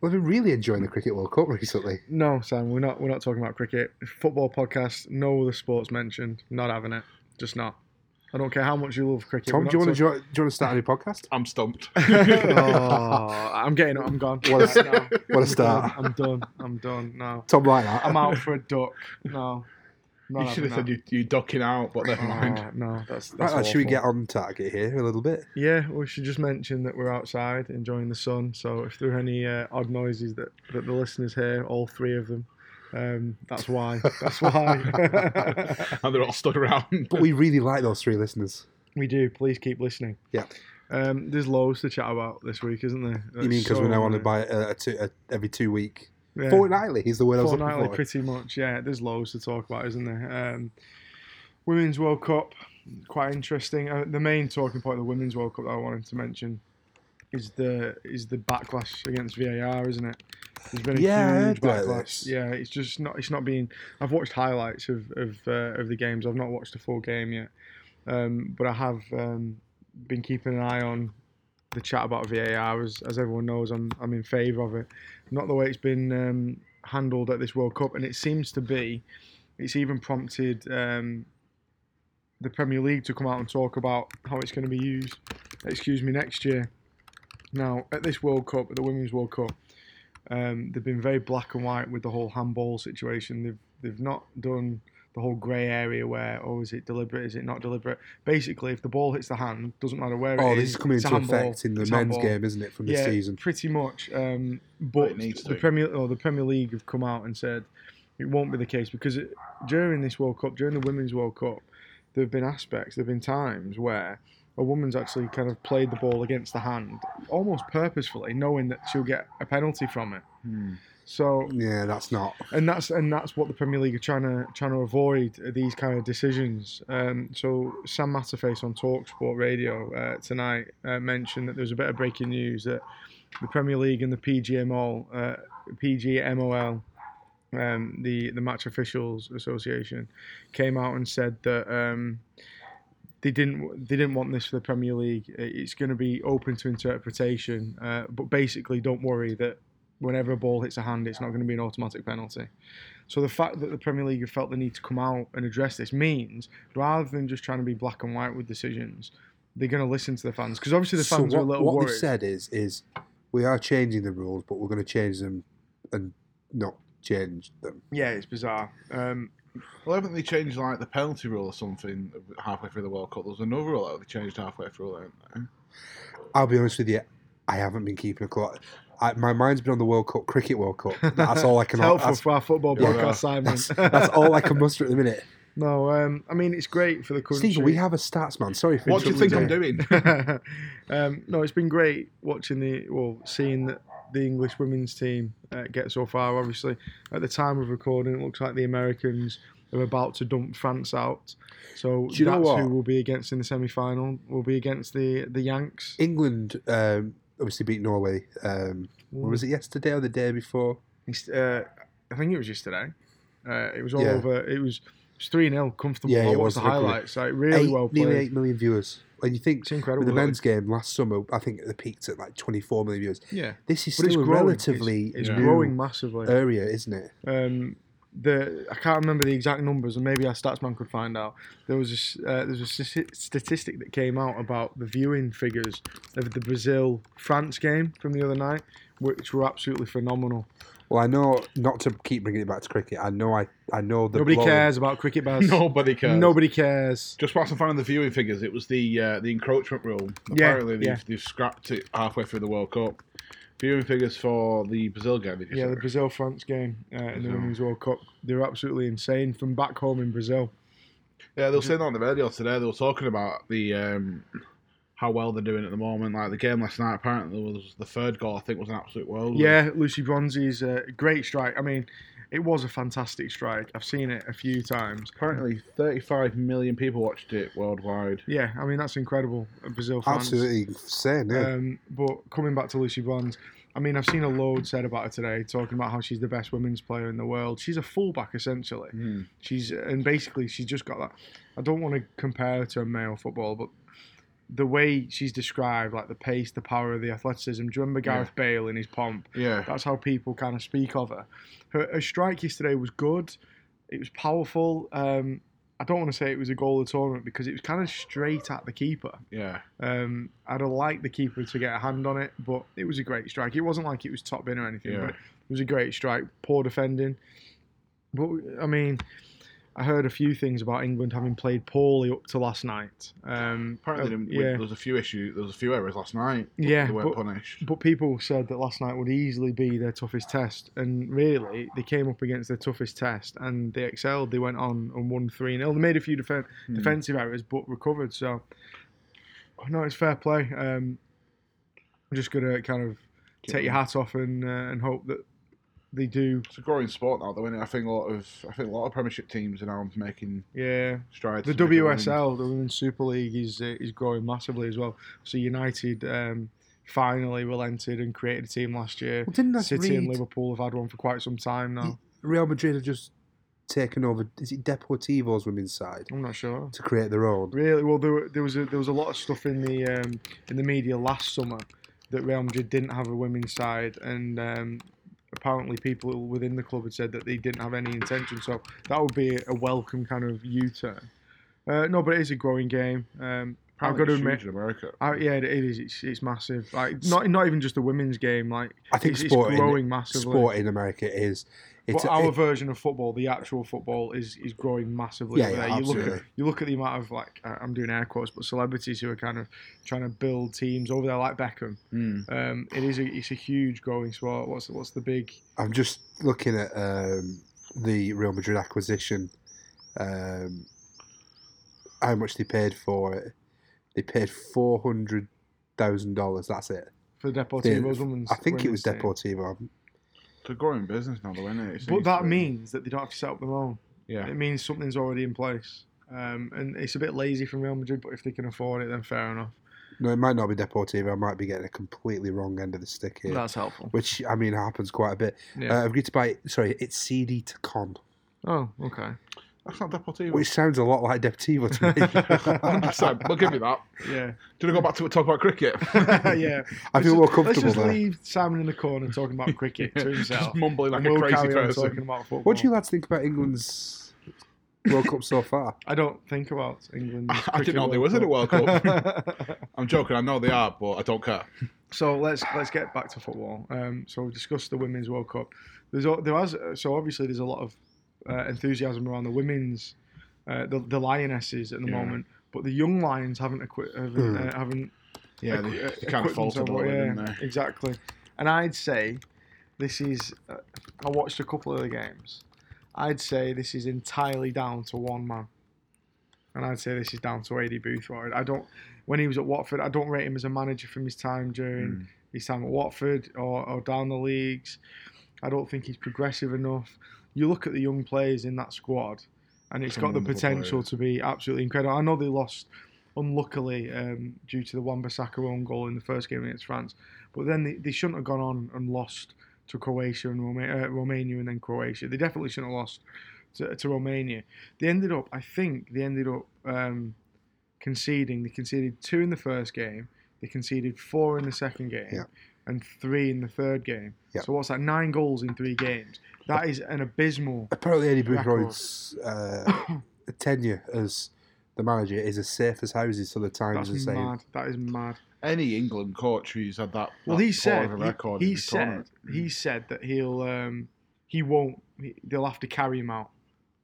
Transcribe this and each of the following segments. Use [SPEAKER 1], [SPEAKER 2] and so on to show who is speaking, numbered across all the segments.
[SPEAKER 1] We've been really enjoying the Cricket World Cup recently.
[SPEAKER 2] No, Sam, we're not. We're not talking about cricket. Football podcast. No other sports mentioned. Not having it. Just not. I don't care how much you love cricket.
[SPEAKER 1] Tom,
[SPEAKER 2] we're
[SPEAKER 1] do you,
[SPEAKER 2] not
[SPEAKER 1] want to jo- do you want to start a new podcast?
[SPEAKER 3] I'm stumped.
[SPEAKER 2] talking- oh, I'm getting up. I'm gone.
[SPEAKER 1] What a-
[SPEAKER 2] No.
[SPEAKER 1] what a
[SPEAKER 2] I'm
[SPEAKER 1] start.
[SPEAKER 2] done, I'm done. I'm done. No,
[SPEAKER 1] Tom, like that.
[SPEAKER 2] I'm out for a duck. No, not
[SPEAKER 3] you should have
[SPEAKER 2] having
[SPEAKER 3] said
[SPEAKER 2] that.
[SPEAKER 3] you, you're ducking out, but never mind.
[SPEAKER 2] Oh, no, that's,
[SPEAKER 1] Right,
[SPEAKER 2] that's
[SPEAKER 1] lad, should we
[SPEAKER 2] awful.
[SPEAKER 1] get on target here a little bit?
[SPEAKER 2] Yeah, we should just mention that we're outside enjoying the sun. So if there are any uh, odd noises that, that the listeners hear, all three of them, um, that's why. That's why.
[SPEAKER 3] and they're all stood around.
[SPEAKER 1] But we really like those three listeners.
[SPEAKER 2] we do. Please keep listening.
[SPEAKER 1] Yeah.
[SPEAKER 2] Um, there's loads to chat about this week, isn't there?
[SPEAKER 1] you mean because we're now on
[SPEAKER 2] the
[SPEAKER 1] about uh, a two, a, every two week
[SPEAKER 2] yeah.
[SPEAKER 1] fortnightly? Is the word I was looking
[SPEAKER 2] Fortnightly,
[SPEAKER 1] for.
[SPEAKER 2] pretty much. Yeah, there's loads to talk about, isn't there? Um, women's World Cup, quite interesting. Uh, the main talking point of the Women's World Cup that I wanted to mention is the is the backlash against VAR, isn't it? There's been a
[SPEAKER 1] Yeah, I heard
[SPEAKER 2] huge
[SPEAKER 1] about
[SPEAKER 2] backlash.
[SPEAKER 1] this.
[SPEAKER 2] Yeah, it's just not it's not been. I've watched highlights of of, uh, of the games. I've not watched the full game yet, um, but I have um, been keeping an eye on the chat about VAR. As, as everyone knows, I'm I'm in favour of it. Not the way it's been um, handled at this World Cup, and it seems to be. It's even prompted um, the Premier League to come out and talk about how it's going to be used. Excuse me, next year. Now at this World Cup, at the Women's World Cup, um, they've been very black and white with the whole handball situation. They've they've not done the whole grey area where oh is it deliberate? Is it not deliberate? Basically, if the ball hits the hand, doesn't matter where
[SPEAKER 1] Oh,
[SPEAKER 2] it is.
[SPEAKER 1] this is coming
[SPEAKER 2] it's a
[SPEAKER 1] into
[SPEAKER 2] handball,
[SPEAKER 1] effect in the
[SPEAKER 2] it's
[SPEAKER 1] men's
[SPEAKER 2] a handball.
[SPEAKER 1] game, isn't it, from this
[SPEAKER 2] yeah,
[SPEAKER 1] season?
[SPEAKER 2] pretty much. Um, but
[SPEAKER 3] it needs
[SPEAKER 2] the
[SPEAKER 3] to.
[SPEAKER 2] Premier or the Premier League have come out and said it won't be the case because it, during this World Cup, during the Women's World Cup, there have been aspects, there have been times where a woman's actually kind of played the ball against the hand almost purposefully, knowing that she'll get a penalty from it.
[SPEAKER 3] Hmm.
[SPEAKER 2] So
[SPEAKER 1] Yeah, that's not.
[SPEAKER 2] and that's and that's what the Premier League are trying to trying to avoid uh, these kind of decisions. Um, so Sam Matterface on Talksport Radio uh, tonight uh, mentioned that there was a bit of breaking news that the Premier League and the PGMO, uh, PGMOL, um, the the Match Officials Association, came out and said that. Um, they didn't. They didn't want this for the Premier League. It's going to be open to interpretation. Uh, but basically, don't worry that whenever a ball hits a hand, it's not going to be an automatic penalty. So the fact that the Premier League have felt the need to come out and address this means, rather than just trying to be black and white with decisions, they're going to listen to the fans because obviously the
[SPEAKER 1] so
[SPEAKER 2] fans
[SPEAKER 1] what,
[SPEAKER 2] are a little
[SPEAKER 1] what
[SPEAKER 2] worried.
[SPEAKER 1] they've said is, is we are changing the rules, but we're going to change them and not change them.
[SPEAKER 2] Yeah, it's bizarre. Um,
[SPEAKER 3] Well, haven't they changed like the penalty rule or something halfway through the World Cup? There was another rule that they changed halfway through, haven't they?
[SPEAKER 1] I'll be honest with you, I haven't been keeping a clock. I, my mind's been on the World Cup, Cricket World Cup. That's all I can.
[SPEAKER 2] it's helpful
[SPEAKER 1] that's,
[SPEAKER 2] for our football
[SPEAKER 3] Yeah.
[SPEAKER 2] podcast, Simon.
[SPEAKER 1] that's, that's all I can muster at the minute.
[SPEAKER 2] no, um, I mean it's great for the country.
[SPEAKER 1] Stephen, we have a stats man. Sorry for
[SPEAKER 3] What do you think
[SPEAKER 1] interrupting you.
[SPEAKER 3] I'm doing?
[SPEAKER 2] um, no, it's been great watching the well, seeing that the English women's team uh, get so far. Obviously, at the time of recording, it looks like the Americans are about to dump France out. So
[SPEAKER 1] Do you know
[SPEAKER 2] that's
[SPEAKER 1] what?
[SPEAKER 2] who we'll be against in the semi-final. We'll be against the the Yanks.
[SPEAKER 1] England um, obviously beat Norway. Um, what
[SPEAKER 2] Mm.
[SPEAKER 1] was it yesterday or the day before?
[SPEAKER 2] It's, uh, I think it was yesterday. Uh, it was all
[SPEAKER 1] Yeah.
[SPEAKER 2] over. It was. Three 0 comfortable.
[SPEAKER 1] Yeah,
[SPEAKER 2] I
[SPEAKER 1] it
[SPEAKER 2] watched
[SPEAKER 1] was
[SPEAKER 2] the
[SPEAKER 1] ugly.
[SPEAKER 2] highlights. Like really
[SPEAKER 1] eight,
[SPEAKER 2] well
[SPEAKER 1] nearly
[SPEAKER 2] played.
[SPEAKER 1] eight million viewers. And you think
[SPEAKER 2] It's incredible.
[SPEAKER 1] with the
[SPEAKER 2] really.
[SPEAKER 1] men's game last summer, I think it peaked at like 24 million viewers.
[SPEAKER 2] yeah,
[SPEAKER 1] This is
[SPEAKER 2] but it's
[SPEAKER 1] still a
[SPEAKER 2] growing.
[SPEAKER 1] relatively
[SPEAKER 2] it's, it's
[SPEAKER 1] new
[SPEAKER 2] growing massively.
[SPEAKER 1] area, isn't it?
[SPEAKER 2] um, the I can't remember the exact numbers, and maybe our statsman could find out. There was a, s- uh, there was a stati- statistic that came out about the viewing figures of the Brazil France game from the other night, which were absolutely phenomenal.
[SPEAKER 1] Well, I know not to keep bringing it back to cricket. I know I I know the
[SPEAKER 2] Nobody
[SPEAKER 1] blow-
[SPEAKER 2] cares about cricket bars.
[SPEAKER 3] Nobody cares.
[SPEAKER 2] Nobody cares.
[SPEAKER 3] Just whilst I'm finding the viewing figures, it was the uh, the encroachment rule.
[SPEAKER 2] Yeah,
[SPEAKER 3] Apparently, they've,
[SPEAKER 2] yeah.
[SPEAKER 3] they've scrapped it halfway through the World Cup. Viewing figures for the Brazil game. Did you
[SPEAKER 2] Yeah,
[SPEAKER 3] say?
[SPEAKER 2] the Brazil France game uh, in the
[SPEAKER 3] Brazil.
[SPEAKER 2] Women's World Cup. They were absolutely insane from back home in Brazil.
[SPEAKER 3] Yeah, they were saying that on the radio today. They were talking about the um, how well they're doing at the moment. Like the game last night, apparently was the third goal. I think was an absolute world.
[SPEAKER 2] Yeah, Lucy Bronzi's a great strike. I mean, it was a fantastic strike. I've seen it a few times.
[SPEAKER 3] Apparently, 35 million people watched it worldwide.
[SPEAKER 2] Yeah, I mean that's incredible. uh, Brazil France.
[SPEAKER 1] Absolutely insane. Yeah.
[SPEAKER 2] Um, but coming back to Lucy Bronze, I mean, I've seen a load said about her today, talking about how she's the best women's player in the world. She's a fullback essentially.
[SPEAKER 3] Hmm.
[SPEAKER 2] She's and basically she's just got that. I don't want to compare her to a male football, but the way she's described, like the pace, the power, the athleticism. Do you remember
[SPEAKER 3] Yeah.
[SPEAKER 2] Gareth Bale in his pomp?
[SPEAKER 3] Yeah.
[SPEAKER 2] That's how people kind of speak of her. Her, her strike yesterday was good. It was powerful. Um, I don't want to say it was a goal of the tournament because it was kind of straight at the keeper.
[SPEAKER 3] Yeah.
[SPEAKER 2] Um, I'd have liked the keeper to get a hand on it, but it was a great strike. It wasn't like it was top bin or anything,
[SPEAKER 3] Yeah.
[SPEAKER 2] but it was a great strike. Poor defending. But I mean, I heard a few things about England having played poorly up to last night. Um,
[SPEAKER 3] Apparently,
[SPEAKER 2] um,
[SPEAKER 3] they didn't-
[SPEAKER 2] yeah,
[SPEAKER 3] there was a few issues. There was a few errors last night.
[SPEAKER 2] yeah.
[SPEAKER 3] They
[SPEAKER 2] But,
[SPEAKER 3] weren't punished.
[SPEAKER 2] but people said that last night would easily be their toughest test, and really, they came up against their toughest test and they excelled. They went on and won three 0 They made a few defense
[SPEAKER 3] Hmm.
[SPEAKER 2] defensive errors, but recovered. So, oh, no, it's fair play. Um, I'm just gonna kind of
[SPEAKER 3] Keep
[SPEAKER 2] take your
[SPEAKER 3] them.
[SPEAKER 2] hat off and uh, and hope that they do.
[SPEAKER 3] It's a growing sport now, though, isn't it? I think a lot of I think a lot of Premiership teams are now making
[SPEAKER 2] Yeah,
[SPEAKER 3] strides.
[SPEAKER 2] the
[SPEAKER 3] to make a run.
[SPEAKER 2] WSL, the Women's Super League, is uh, is growing massively as well. So United um, finally relented and created a team last year.
[SPEAKER 1] Well, didn't I
[SPEAKER 2] City and
[SPEAKER 1] read-
[SPEAKER 2] Liverpool have had one for quite some time now.
[SPEAKER 1] Real Madrid have just taken over. Is it Deportivo's women's side
[SPEAKER 2] I'm not sure.
[SPEAKER 1] to create their own?
[SPEAKER 2] Really, well, there, were- there was a, there was a lot of stuff in the um, in the media last summer that Real Madrid didn't have a women's side, and um, apparently people within the club had said that they didn't have any intention. So that would be a welcome kind of U-turn. Uh, no, but it is a growing game. Um, I've got
[SPEAKER 3] Apparently
[SPEAKER 2] to
[SPEAKER 3] it's huge
[SPEAKER 2] admit,
[SPEAKER 3] in America.
[SPEAKER 2] I, yeah, it is. It's, it's massive. Like not not even just the women's game. Like
[SPEAKER 1] I think
[SPEAKER 2] it's, it's
[SPEAKER 1] sport, in,
[SPEAKER 2] growing massively.
[SPEAKER 1] sport in America is. It's,
[SPEAKER 2] But our
[SPEAKER 1] it-
[SPEAKER 2] version of football, the actual football, is is growing massively.
[SPEAKER 1] Yeah,
[SPEAKER 2] over
[SPEAKER 1] yeah,
[SPEAKER 2] there. you look at
[SPEAKER 1] absolutely.
[SPEAKER 2] you look at the amount of like I- I'm doing air quotes, but celebrities who are kind of trying to build teams over there, like Beckham.
[SPEAKER 3] Mm.
[SPEAKER 2] Um, it is a it's a huge growing sport. What's what's the big?
[SPEAKER 1] I'm just looking at um, the Real Madrid acquisition. Um, how much they paid for it? They paid four hundred thousand dollars. That's it.
[SPEAKER 2] For Deportivo's women's,
[SPEAKER 1] I think it was
[SPEAKER 2] women's team.
[SPEAKER 1] Deportivo.
[SPEAKER 3] It's a growing business now, though, isn't it? It's
[SPEAKER 2] But that
[SPEAKER 3] easy.
[SPEAKER 2] means that they don't have to set up their own.
[SPEAKER 3] yeah,
[SPEAKER 2] It means something's already in place, um, and it's a bit lazy from Real Madrid. But if they can afford it, then fair enough.
[SPEAKER 1] No, it might not be Deportivo. I might be getting a completely wrong end of the stick here.
[SPEAKER 2] That's helpful.
[SPEAKER 1] which I mean happens quite a bit.
[SPEAKER 2] Yeah.
[SPEAKER 1] Uh, I've agreed to buy. Sorry, it's CD to con,
[SPEAKER 2] oh, okay.
[SPEAKER 3] that's not Deportivo.
[SPEAKER 1] which sounds a lot like Deportivo to me.
[SPEAKER 3] 100%. We'll give you that.
[SPEAKER 2] Yeah.
[SPEAKER 3] Do you want to go back to talk about cricket?
[SPEAKER 2] yeah.
[SPEAKER 1] I feel more
[SPEAKER 2] Let's
[SPEAKER 1] comfortable
[SPEAKER 2] just
[SPEAKER 1] there.
[SPEAKER 2] leave Simon in the corner talking about cricket to himself.
[SPEAKER 3] Just mumbling like
[SPEAKER 2] and we'll
[SPEAKER 3] a crazy
[SPEAKER 2] carry on
[SPEAKER 3] person.
[SPEAKER 2] talking about football.
[SPEAKER 1] What do you lads think about England's World Cup so far?
[SPEAKER 2] I don't think about England.
[SPEAKER 3] I didn't know there was a World
[SPEAKER 2] Cup.
[SPEAKER 3] I'm joking. I know they are, but I don't care.
[SPEAKER 2] so let's let's get back to football. Um, so we've discussed the Women's World Cup. There's al- there has so obviously there's a lot of uh, enthusiasm around the women's uh, the the lionesses at the
[SPEAKER 3] Yeah. Hmm.
[SPEAKER 2] moment, but the young lions haven't equi- haven't,
[SPEAKER 1] Mm.
[SPEAKER 2] uh, haven't
[SPEAKER 3] Yeah,
[SPEAKER 2] equi-
[SPEAKER 3] they,
[SPEAKER 2] uh,
[SPEAKER 3] they kind of
[SPEAKER 2] equipment
[SPEAKER 3] faltered a
[SPEAKER 2] or
[SPEAKER 3] little bit,
[SPEAKER 2] what-
[SPEAKER 3] didn't they?
[SPEAKER 2] Exactly. And I'd say this is. Uh, I watched a couple of the games. I'd say this is entirely down to one man. And I'd say this is down to AD Boothroyd. I don't. When he was at Watford, I don't rate him as a manager from his time during
[SPEAKER 3] Mm.
[SPEAKER 2] his time at Watford or, or down the leagues. I don't think he's progressive enough. You look at the young players in that squad, and it's got the
[SPEAKER 3] Phenomenal
[SPEAKER 2] potential
[SPEAKER 3] players.
[SPEAKER 2] to be absolutely incredible. I know they lost unluckily um, due to the Wan-Bissaka own goal in the first game against France, but then they, they shouldn't have gone on and lost to Croatia and Roma- uh, Romania and then Croatia. They definitely shouldn't have lost to, to Romania. They ended up, I think, they ended up um, conceding. They conceded two in the first game. They conceded four in the second game
[SPEAKER 1] Yeah.
[SPEAKER 2] and three in the third game.
[SPEAKER 1] Yeah.
[SPEAKER 2] So what's that? Nine goals in three games. That is an abysmal.
[SPEAKER 1] Apparently, Eddie
[SPEAKER 2] Record.
[SPEAKER 1] Boothroyd's uh, tenure as the manager is as safe as houses. So the Times
[SPEAKER 2] That's
[SPEAKER 1] are saying
[SPEAKER 2] mad. That is mad.
[SPEAKER 3] Any England coach who's had that
[SPEAKER 2] Well,
[SPEAKER 3] that
[SPEAKER 2] he
[SPEAKER 3] poor
[SPEAKER 2] said
[SPEAKER 3] of a
[SPEAKER 2] he,
[SPEAKER 3] record in
[SPEAKER 2] he
[SPEAKER 3] the
[SPEAKER 2] said
[SPEAKER 3] tournament. Mm.
[SPEAKER 2] he said that he'll um, he won't. He, they'll have to carry him out.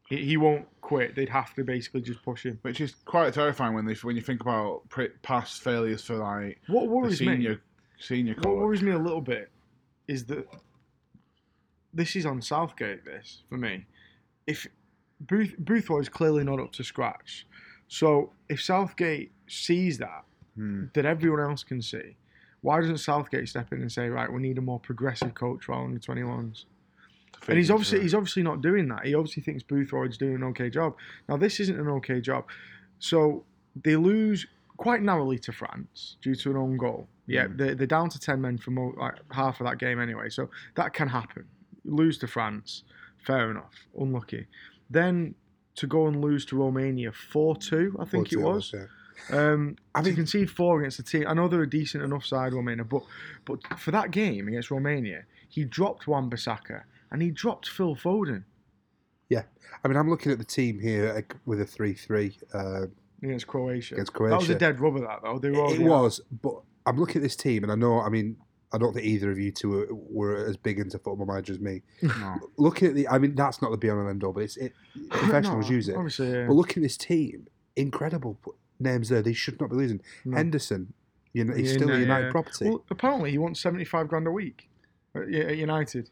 [SPEAKER 2] He, he won't quit. They'd have to basically just push him.
[SPEAKER 3] which is quite terrifying when they when you think about pre- past failures for like
[SPEAKER 2] What
[SPEAKER 3] the
[SPEAKER 2] worries me?
[SPEAKER 3] senior senior
[SPEAKER 2] What
[SPEAKER 3] coach.
[SPEAKER 2] worries me a little bit is that this is on Southgate. This for me, if Booth Boothroyd's clearly not up to scratch, so if Southgate sees that
[SPEAKER 3] Hmm.
[SPEAKER 2] that everyone else can see, why doesn't Southgate step in and say, right, we need a more progressive coach for our under twenty ones? And he's obviously he's obviously not doing that. He obviously thinks Boothroyd's doing an okay job. Now this isn't an okay job. So they lose quite narrowly to France due to an own goal. Yeah,
[SPEAKER 3] Mm.
[SPEAKER 2] they're, they're down to ten men for mo- like half of that game anyway. So that can happen. Lose to France, fair enough. Unlucky. Then to go and lose to Romania four two, I think it
[SPEAKER 1] 4-2
[SPEAKER 2] was.
[SPEAKER 1] yeah.
[SPEAKER 2] Um,
[SPEAKER 1] I
[SPEAKER 2] to
[SPEAKER 1] mean-
[SPEAKER 2] concede four against a team, I know they're a decent enough side, Romania, but but for that game against Romania, he dropped Wan Bissaka and he dropped Phil Foden
[SPEAKER 1] I mean, I'm looking at the team here like, with a three-three uh,
[SPEAKER 2] against Croatia.
[SPEAKER 1] against
[SPEAKER 2] That was a
[SPEAKER 1] Croatia.
[SPEAKER 2] dead rubber, that though. They were
[SPEAKER 1] it
[SPEAKER 2] already out.
[SPEAKER 1] was, but I'm looking at this team, and I know. I mean, I don't think either of you two were, were as big into football manager as me.
[SPEAKER 3] No.
[SPEAKER 1] Looking at the, I mean, that's not the be all and end all, but it's it, professionals
[SPEAKER 2] No,
[SPEAKER 1] use it.
[SPEAKER 2] Obviously, yeah.
[SPEAKER 1] But look at this team. Incredible p- names there. They should not be losing.
[SPEAKER 2] No.
[SPEAKER 1] Henderson, you know, he's
[SPEAKER 2] Yeah,
[SPEAKER 1] still
[SPEAKER 2] no,
[SPEAKER 1] a United
[SPEAKER 2] yeah.
[SPEAKER 1] property.
[SPEAKER 2] well, apparently he wants seventy-five grand a week at U- at United.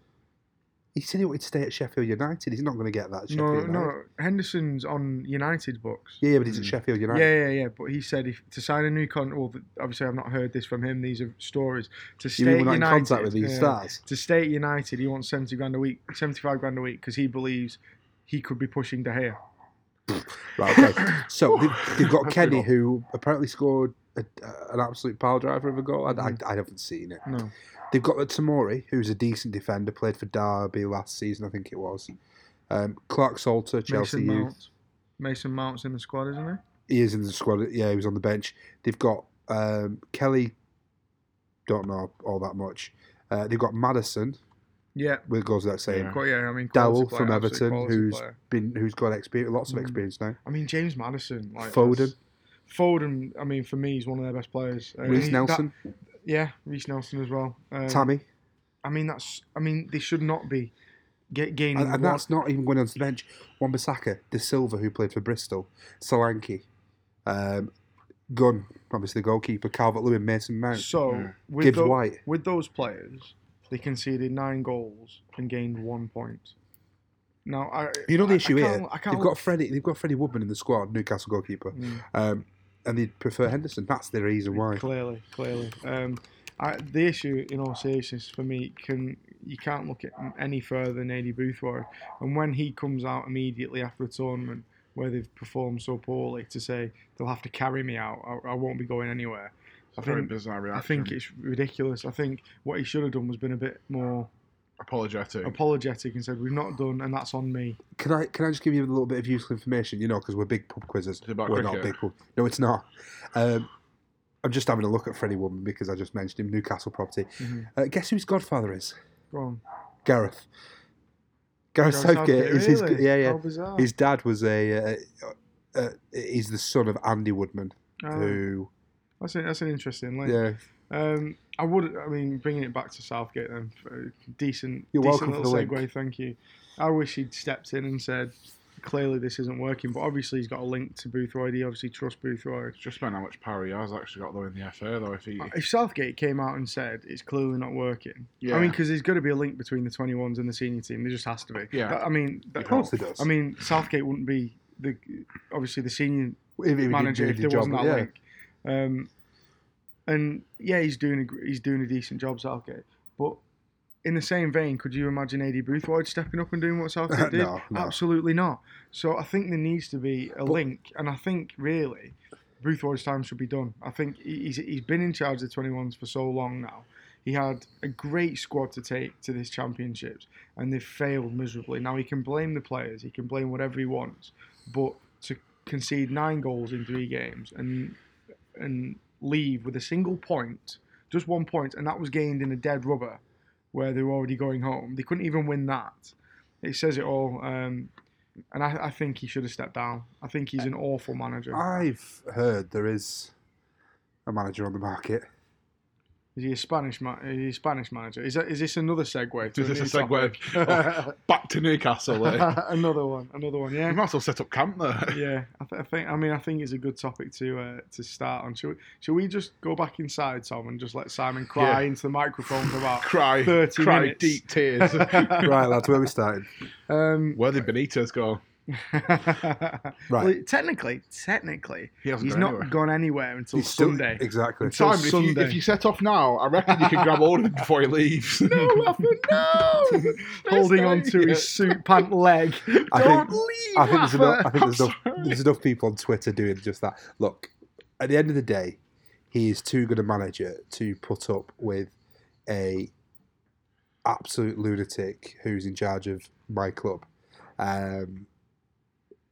[SPEAKER 1] he said he wanted to stay at Sheffield United. He's not going to get that. at
[SPEAKER 2] no,
[SPEAKER 1] Sheffield United.
[SPEAKER 2] no, Henderson's on United books.
[SPEAKER 1] Yeah, yeah, but he's at Sheffield United.
[SPEAKER 2] Yeah, yeah, yeah. But he said if to sign a new contract. Well, th- obviously, I've not heard this from him. These are stories. To stay
[SPEAKER 1] You mean
[SPEAKER 2] at
[SPEAKER 1] we're not
[SPEAKER 2] United,
[SPEAKER 1] in contact with these
[SPEAKER 2] yeah.
[SPEAKER 1] stars?
[SPEAKER 2] To stay at United, he wants seventy grand a week, seventy-five grand a week, because he believes he could be pushing De Gea.
[SPEAKER 1] Right, okay. So they, they've got
[SPEAKER 3] That's
[SPEAKER 1] Kenny,
[SPEAKER 3] good.
[SPEAKER 1] who apparently scored a, a- an absolute pile driver of a goal. I,
[SPEAKER 2] Mm-hmm.
[SPEAKER 1] I, I haven't seen it.
[SPEAKER 2] No,
[SPEAKER 1] They've got Tamori, who's a decent defender, played for Derby last season, I think it was. Um, Clark Salter, Chelsea
[SPEAKER 2] Mason
[SPEAKER 1] youth.
[SPEAKER 2] Mount. Mason Mount's in the squad, isn't he?
[SPEAKER 1] He is in the squad. Yeah, he was on the bench. They've got um, Kelly, don't know all that much. Uh, they've got Madison,
[SPEAKER 2] Yeah.
[SPEAKER 1] with goes without saying.
[SPEAKER 2] Quite, yeah, I mean,
[SPEAKER 1] Dowell
[SPEAKER 2] quality player,
[SPEAKER 1] from
[SPEAKER 2] absolute
[SPEAKER 1] Everton,
[SPEAKER 2] quality
[SPEAKER 1] who's
[SPEAKER 2] player.
[SPEAKER 1] been who's got experience, lots of
[SPEAKER 2] Mm.
[SPEAKER 1] experience now.
[SPEAKER 2] I mean, James Madison, like
[SPEAKER 1] Foden.
[SPEAKER 2] that's- Foden, I mean, for me, he's one of their best players. Uh,
[SPEAKER 1] Reece
[SPEAKER 2] he- that-
[SPEAKER 1] Nelson,
[SPEAKER 2] yeah, Reese Nelson as well. Um,
[SPEAKER 1] Tammy,
[SPEAKER 2] I mean, that's. I mean, they should not be get gaining.
[SPEAKER 1] and, and
[SPEAKER 2] one-
[SPEAKER 1] that's not even going onto the bench. Wan-Bissaka, De Silva, who played for Bristol, Solanke, um, Gunn, obviously the goalkeeper, Calvert-Lewin, Mason Mount,
[SPEAKER 2] so
[SPEAKER 3] Yeah.
[SPEAKER 2] with,
[SPEAKER 1] Gibbs
[SPEAKER 2] tho-
[SPEAKER 1] White.
[SPEAKER 2] with those players, they conceded nine goals and gained one point. Now, I,
[SPEAKER 1] You know the
[SPEAKER 2] I-
[SPEAKER 1] issue
[SPEAKER 2] I
[SPEAKER 1] here.
[SPEAKER 2] can't- I can't
[SPEAKER 1] They've got Freddie. They've got Freddie Woodman in the squad, Newcastle goalkeeper,
[SPEAKER 2] Mm.
[SPEAKER 1] um, and they prefer Henderson. That's the reason why.
[SPEAKER 2] Clearly, clearly. Um, I, the issue, in all seriousness, for me, can you can't look at any further than Eddie Boothroyd. And when he comes out immediately after a tournament where they've performed so poorly, to say they'll have to carry me out, I, I won't be going anywhere. I
[SPEAKER 3] Very
[SPEAKER 2] think-
[SPEAKER 3] bizarre
[SPEAKER 2] I
[SPEAKER 3] reaction.
[SPEAKER 2] think it's ridiculous. I think what he should have done was been a bit more
[SPEAKER 3] apologetic.
[SPEAKER 2] apologetic and said, "We've not done, and that's on me."
[SPEAKER 1] Can I can I just give you a little bit of useful information? You know, because we're big pub quizzes.
[SPEAKER 3] it about
[SPEAKER 1] we're not
[SPEAKER 3] cricket?
[SPEAKER 1] big pub. No, it's not. Um, I'm just having a look at Freddie Woodman because I just mentioned him, Newcastle property.
[SPEAKER 2] Mhm.
[SPEAKER 1] Uh, guess who his godfather is?
[SPEAKER 2] Go on.
[SPEAKER 1] Gareth. Gareth
[SPEAKER 2] Gareth
[SPEAKER 1] Southgate. is his,
[SPEAKER 2] really? Oh,
[SPEAKER 1] yeah, yeah.
[SPEAKER 2] How bizarre.
[SPEAKER 1] His dad was a. Uh, uh, he's the son of Andy Woodman,
[SPEAKER 2] Ah,
[SPEAKER 1] who
[SPEAKER 2] that's, a, that's an interesting link.
[SPEAKER 1] yeah,
[SPEAKER 2] Um, I would, I mean, bringing it back to Southgate then, for- decent,
[SPEAKER 1] You're
[SPEAKER 2] decent
[SPEAKER 1] welcome for
[SPEAKER 2] little
[SPEAKER 1] the
[SPEAKER 2] segue.
[SPEAKER 1] link.
[SPEAKER 2] Thank you. I wish he'd stepped in and said, "Clearly, this isn't working." But obviously, he's got a link to Boothroyd. He obviously trusts Boothroyd.
[SPEAKER 3] Just about how much power he has actually got though in the FA though. If he,
[SPEAKER 2] If Southgate came out and said it's clearly not working,
[SPEAKER 3] yeah,
[SPEAKER 2] I mean, because there's got to be a link between the 21s and the senior team. There just has to be.
[SPEAKER 3] Yeah.
[SPEAKER 2] That- I mean,
[SPEAKER 1] of
[SPEAKER 2] that,
[SPEAKER 1] course he does.
[SPEAKER 2] I mean, Southgate wouldn't be the obviously the senior
[SPEAKER 1] if he didn't
[SPEAKER 2] manager
[SPEAKER 1] do
[SPEAKER 2] if
[SPEAKER 1] the
[SPEAKER 2] there
[SPEAKER 1] job,
[SPEAKER 2] wasn't that
[SPEAKER 1] yeah.
[SPEAKER 2] link. Um, and yeah, he's doing a, gr- he's doing a decent job, Southgate. But in the same vein, could you imagine AD Boothroyd stepping up and doing what Southgate did?
[SPEAKER 1] No, no.
[SPEAKER 2] Absolutely not. So I think there needs to be a link, and I think really. Boothroyd's time should be done. I think he- he's, he's been in charge of the 21s for so long now. He had a great squad to take to this championships, and they've failed miserably. Now he can blame the players, he can blame whatever he wants, but to concede nine goals in three games and and leave with a single point, just one point, and that was gained in a dead rubber, where they were already going home. They couldn't even win that. It says it all. Um, and I, I think he should have stepped down. I think he's an awful manager.
[SPEAKER 1] I've heard there is a manager on the market.
[SPEAKER 2] Is he a Spanish ma- is he a Spanish manager? Is that is this another segue? To
[SPEAKER 3] is this a
[SPEAKER 2] new
[SPEAKER 3] segue Oh,
[SPEAKER 2] topic?
[SPEAKER 3] back to Newcastle? Eh?
[SPEAKER 2] another one, another one.
[SPEAKER 3] you
[SPEAKER 2] Yeah,
[SPEAKER 3] might as well set up camp there.
[SPEAKER 2] yeah. I, th- I think. I mean, I think it's a good topic to uh, to start on. Should we, should we just go back inside, Tom, and just let Simon cry
[SPEAKER 3] Yeah.
[SPEAKER 2] into the microphone for about?
[SPEAKER 3] Cry,
[SPEAKER 2] 30
[SPEAKER 3] cry
[SPEAKER 2] minutes.
[SPEAKER 3] deep tears.
[SPEAKER 1] Right, lads, where we starting?
[SPEAKER 2] Um,
[SPEAKER 3] Where did Benitez go?
[SPEAKER 2] right.
[SPEAKER 1] Right.
[SPEAKER 2] technically, technically,
[SPEAKER 3] He hasn't
[SPEAKER 2] he's
[SPEAKER 3] gone
[SPEAKER 2] not
[SPEAKER 3] anywhere.
[SPEAKER 2] gone anywhere until
[SPEAKER 1] He's still-
[SPEAKER 2] Sunday.
[SPEAKER 1] Exactly.
[SPEAKER 2] Till
[SPEAKER 3] Simon, if you,
[SPEAKER 2] Sunday.
[SPEAKER 3] if you set off now, I reckon you can grab all of him before he leaves.
[SPEAKER 2] no, Alfred, no! Holding on to his suit pant leg.
[SPEAKER 1] I
[SPEAKER 2] Don't
[SPEAKER 1] think-
[SPEAKER 2] leave.
[SPEAKER 1] I think there's enough, I think
[SPEAKER 3] I'm
[SPEAKER 1] there's enough, there's enough people on Twitter doing just that. Look, at the end of the day, he is too good a manager to put up with a absolute lunatic who's in charge of my club. Um,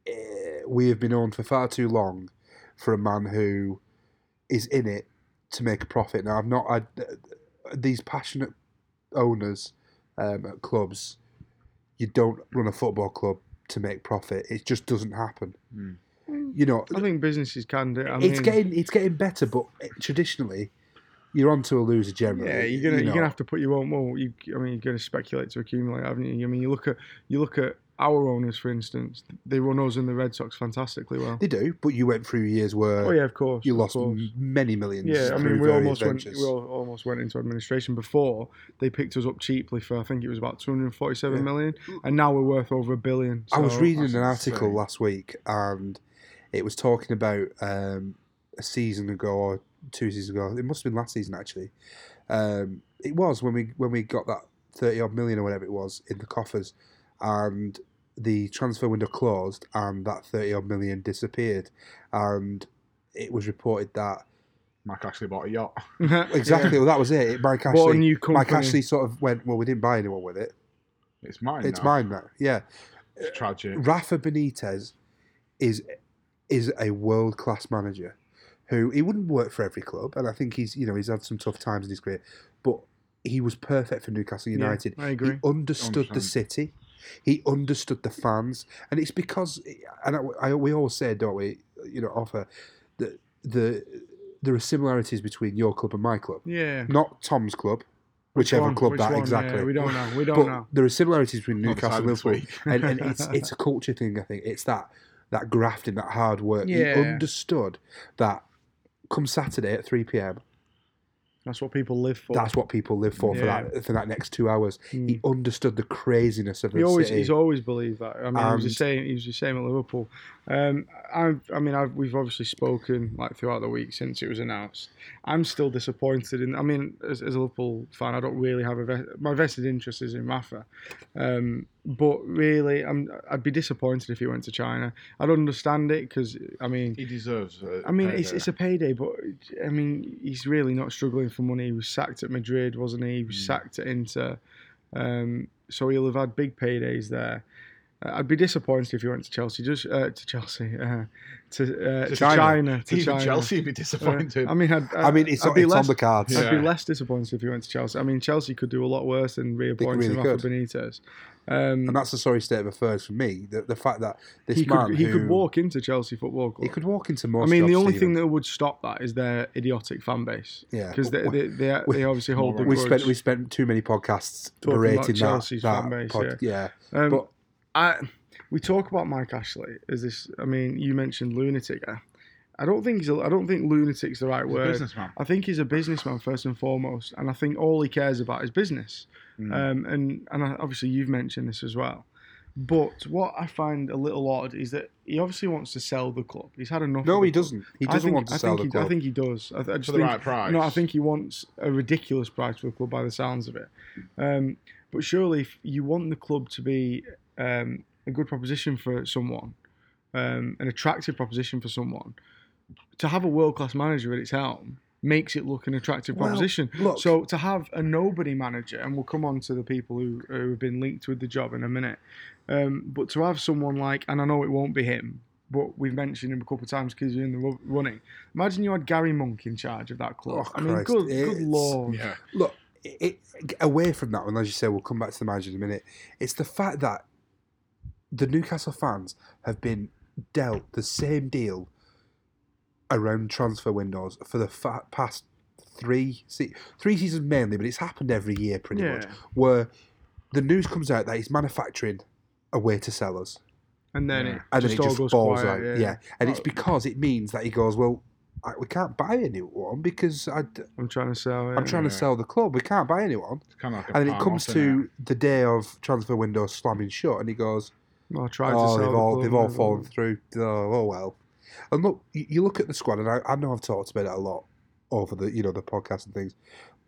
[SPEAKER 1] eh, we have been on for far too long for a man who is in it to make a profit. Now, I've not I, these passionate owners um, at clubs. You don't run a football club to make profit. It just doesn't happen.
[SPEAKER 3] Mm.
[SPEAKER 1] You know,
[SPEAKER 2] I think businesses can do. it. I
[SPEAKER 1] it's
[SPEAKER 2] mean,
[SPEAKER 1] getting it's getting better, but traditionally, you're onto a loser generally.
[SPEAKER 2] Yeah, you're gonna
[SPEAKER 1] you
[SPEAKER 2] you are
[SPEAKER 1] know.
[SPEAKER 2] gonna have to put your own. Well, you, I mean, you're gonna speculate to accumulate, haven't you? I mean, you look at you look at our owners, for instance. They run us and the Red Sox fantastically well.
[SPEAKER 1] They do, but you went through years where
[SPEAKER 2] Oh yeah, of course.
[SPEAKER 1] you
[SPEAKER 2] of
[SPEAKER 1] lost
[SPEAKER 2] course.
[SPEAKER 1] m- many millions.
[SPEAKER 2] Yeah, I
[SPEAKER 1] through
[SPEAKER 2] mean, we
[SPEAKER 1] various
[SPEAKER 2] almost went,
[SPEAKER 1] ventures.
[SPEAKER 2] we all, almost went into administration before they picked us up cheaply for I think it was about two hundred forty-seven
[SPEAKER 1] Yeah.
[SPEAKER 2] million, and now we're worth over a billion.
[SPEAKER 1] I was
[SPEAKER 2] so-
[SPEAKER 1] reading
[SPEAKER 3] that's
[SPEAKER 1] an article
[SPEAKER 3] insane.
[SPEAKER 1] last week, and it was talking about um, a season ago or two seasons ago. It must have been last season actually. Um, it was when we when we got that thirty odd million or whatever it was in the coffers, and the transfer window closed, and that thirty odd million disappeared, and it was reported that
[SPEAKER 3] Mike actually bought a yacht.
[SPEAKER 1] exactly. Well, that was it. it Mike
[SPEAKER 2] Bought a
[SPEAKER 1] Ashley.
[SPEAKER 2] new company.
[SPEAKER 1] Mike Ashley sort of went. Well, we didn't buy anyone with it.
[SPEAKER 3] It's mine.
[SPEAKER 1] It's
[SPEAKER 3] now.
[SPEAKER 1] mine now. Yeah.
[SPEAKER 3] It's tragic.
[SPEAKER 1] Rafa Benitez is is a world class manager who he wouldn't work for every club, and I think he's you know he's had some tough times in his career, but he was perfect for Newcastle
[SPEAKER 2] Yeah,
[SPEAKER 1] United.
[SPEAKER 2] I agree.
[SPEAKER 1] He understood the
[SPEAKER 3] 100%.
[SPEAKER 1] city. He understood the fans, and it's because, and I, I- we all say, don't we? You know, offer that the there are similarities between your club and my club,
[SPEAKER 2] Yeah.
[SPEAKER 1] not Tom's club, whichever
[SPEAKER 2] One-
[SPEAKER 1] club
[SPEAKER 2] which
[SPEAKER 1] that
[SPEAKER 2] one? Yeah,
[SPEAKER 1] exactly.
[SPEAKER 2] we don't know. We don't
[SPEAKER 1] but
[SPEAKER 2] know.
[SPEAKER 1] there are similarities between
[SPEAKER 3] Not
[SPEAKER 1] Newcastle and
[SPEAKER 3] decided this
[SPEAKER 1] Liverpool
[SPEAKER 3] week.
[SPEAKER 1] and, and it's it's a culture thing. I think it's that that grafting, that hard work.
[SPEAKER 2] Yeah.
[SPEAKER 1] He understood that come Saturday at three pm,
[SPEAKER 2] That's what people live for.
[SPEAKER 1] that's what people live for
[SPEAKER 2] Yeah.
[SPEAKER 1] for that for that next two hours.
[SPEAKER 2] Mm.
[SPEAKER 1] He understood the craziness of the
[SPEAKER 2] He always
[SPEAKER 1] city.
[SPEAKER 2] he's always believed that. I mean, he was the
[SPEAKER 1] And-
[SPEAKER 2] same. He was the same at Liverpool. Um, I, I mean, I've, we've obviously spoken like throughout the week since it was announced. I'm still disappointed in. I mean, as, as a Liverpool fan, I don't really have a ve- my vested interest is in Rafa, um, but really, I'm I'd be disappointed if he went to China. I'd understand it because I mean,
[SPEAKER 3] He deserves. I
[SPEAKER 2] I mean, it's, it's a payday, but I mean, he's really not struggling for money. He was sacked at Madrid, wasn't he? He was
[SPEAKER 1] Hmm.
[SPEAKER 3] Mm.
[SPEAKER 2] sacked at Inter, um, so he'll have had big paydays there. Uh, I'd be disappointed if he went to Chelsea, just uh, to Chelsea, uh, to, uh, to China,
[SPEAKER 1] China.
[SPEAKER 2] to
[SPEAKER 3] even
[SPEAKER 2] China.
[SPEAKER 3] Chelsea would be
[SPEAKER 2] Uh,
[SPEAKER 3] disappointed.
[SPEAKER 2] I mean, I'd, I'd,
[SPEAKER 1] I mean, it's,
[SPEAKER 2] I'd
[SPEAKER 1] it's
[SPEAKER 2] be
[SPEAKER 1] on
[SPEAKER 2] less.
[SPEAKER 1] the cards.
[SPEAKER 3] Yeah.
[SPEAKER 2] I'd be less disappointed if he went to Chelsea. I mean, Chelsea could do a lot worse than reappointing
[SPEAKER 1] really
[SPEAKER 2] Rafa
[SPEAKER 1] could.
[SPEAKER 2] Benitez. Um,
[SPEAKER 1] And that's a sorry state of affairs for me. The, the fact that this
[SPEAKER 2] he
[SPEAKER 1] man
[SPEAKER 2] could he
[SPEAKER 1] who,
[SPEAKER 2] could walk into Chelsea Football Club.
[SPEAKER 1] he could walk into more.
[SPEAKER 2] I mean, the only thing that would stop that is their idiotic fan base.
[SPEAKER 1] Yeah.
[SPEAKER 2] because they, they, they,
[SPEAKER 1] We-
[SPEAKER 2] they obviously hold the
[SPEAKER 1] we
[SPEAKER 2] grudge.
[SPEAKER 1] spent we spent too many podcasts
[SPEAKER 2] Talking about
[SPEAKER 1] berating that,
[SPEAKER 2] Chelsea's
[SPEAKER 1] that
[SPEAKER 2] fan base,
[SPEAKER 1] pod- yeah.
[SPEAKER 2] um,
[SPEAKER 1] but-
[SPEAKER 2] I, we talk about Mike Ashley as this. I mean, you mentioned lunatic. I, I don't think he's. A, I don't think lunatic's the right
[SPEAKER 3] He's a
[SPEAKER 2] word.
[SPEAKER 3] businessman.
[SPEAKER 2] I think he's a businessman first and foremost, and I think all he cares about is business.
[SPEAKER 1] Hmm.
[SPEAKER 3] Mm.
[SPEAKER 2] Um, and and I, obviously you've mentioned this as well. But what I find a little odd is that he obviously wants to sell the club. He's had enough.
[SPEAKER 1] No,
[SPEAKER 2] of the
[SPEAKER 1] he
[SPEAKER 2] club.
[SPEAKER 1] doesn't. He
[SPEAKER 2] I
[SPEAKER 1] doesn't
[SPEAKER 2] think-
[SPEAKER 1] want to
[SPEAKER 2] I
[SPEAKER 1] sell
[SPEAKER 2] think
[SPEAKER 1] the
[SPEAKER 2] he,
[SPEAKER 1] club.
[SPEAKER 2] I think he does. I, th- I just
[SPEAKER 3] for the
[SPEAKER 2] think,
[SPEAKER 3] right price.
[SPEAKER 2] No, I think he wants a ridiculous price for the club by the sounds of it. Um, but surely, if you want the club to be um, a good proposition for someone, um, an attractive proposition for someone, to have a world class manager at its helm makes it look an attractive
[SPEAKER 1] Well,
[SPEAKER 2] proposition.
[SPEAKER 1] look-
[SPEAKER 2] so to have a nobody manager, and we'll come on to the people who, who have been linked with the job in a minute, um, but to have someone like, and I know it won't be him, but we've mentioned him a couple of times because you're in the ru- running. Imagine you had Gary Monk in charge of that club.
[SPEAKER 1] Oh,
[SPEAKER 2] I mean,
[SPEAKER 1] Christ,
[SPEAKER 2] good, good
[SPEAKER 1] it's-
[SPEAKER 2] lord.
[SPEAKER 3] Yeah.
[SPEAKER 1] look it, it, away from that one as you say we'll come back to the manager in a minute it's the fact that the newcastle fans have been dealt the same deal around transfer windows for the fa- past three se- three seasons mainly but it's happened every year pretty much
[SPEAKER 2] Yeah.
[SPEAKER 1] where the news comes out that he's manufacturing a way to sell us
[SPEAKER 2] And then
[SPEAKER 3] Yeah.
[SPEAKER 2] it
[SPEAKER 1] and
[SPEAKER 2] just
[SPEAKER 1] then it
[SPEAKER 2] all
[SPEAKER 1] just
[SPEAKER 2] goes
[SPEAKER 1] falls
[SPEAKER 2] quiet.
[SPEAKER 1] out
[SPEAKER 2] yeah.
[SPEAKER 1] yeah, and it's because it means that he goes well I, we can't buy a new one because I,
[SPEAKER 2] I'm trying to sell it.
[SPEAKER 1] i'm trying to
[SPEAKER 3] Yeah.
[SPEAKER 1] sell the club we can't buy anyone
[SPEAKER 3] It's kind of like a
[SPEAKER 1] and then it
[SPEAKER 3] palm
[SPEAKER 1] comes
[SPEAKER 3] off,
[SPEAKER 1] to the day of transfer window slamming shut, and he goes,
[SPEAKER 2] I tried to
[SPEAKER 1] "Oh,
[SPEAKER 2] sell
[SPEAKER 1] they've
[SPEAKER 2] the
[SPEAKER 1] all
[SPEAKER 2] club
[SPEAKER 1] they've all
[SPEAKER 2] and
[SPEAKER 1] fallen through. Oh, oh well." And look, you you look at the squad, and I, I know I've talked about it a lot over the you know the podcast and things,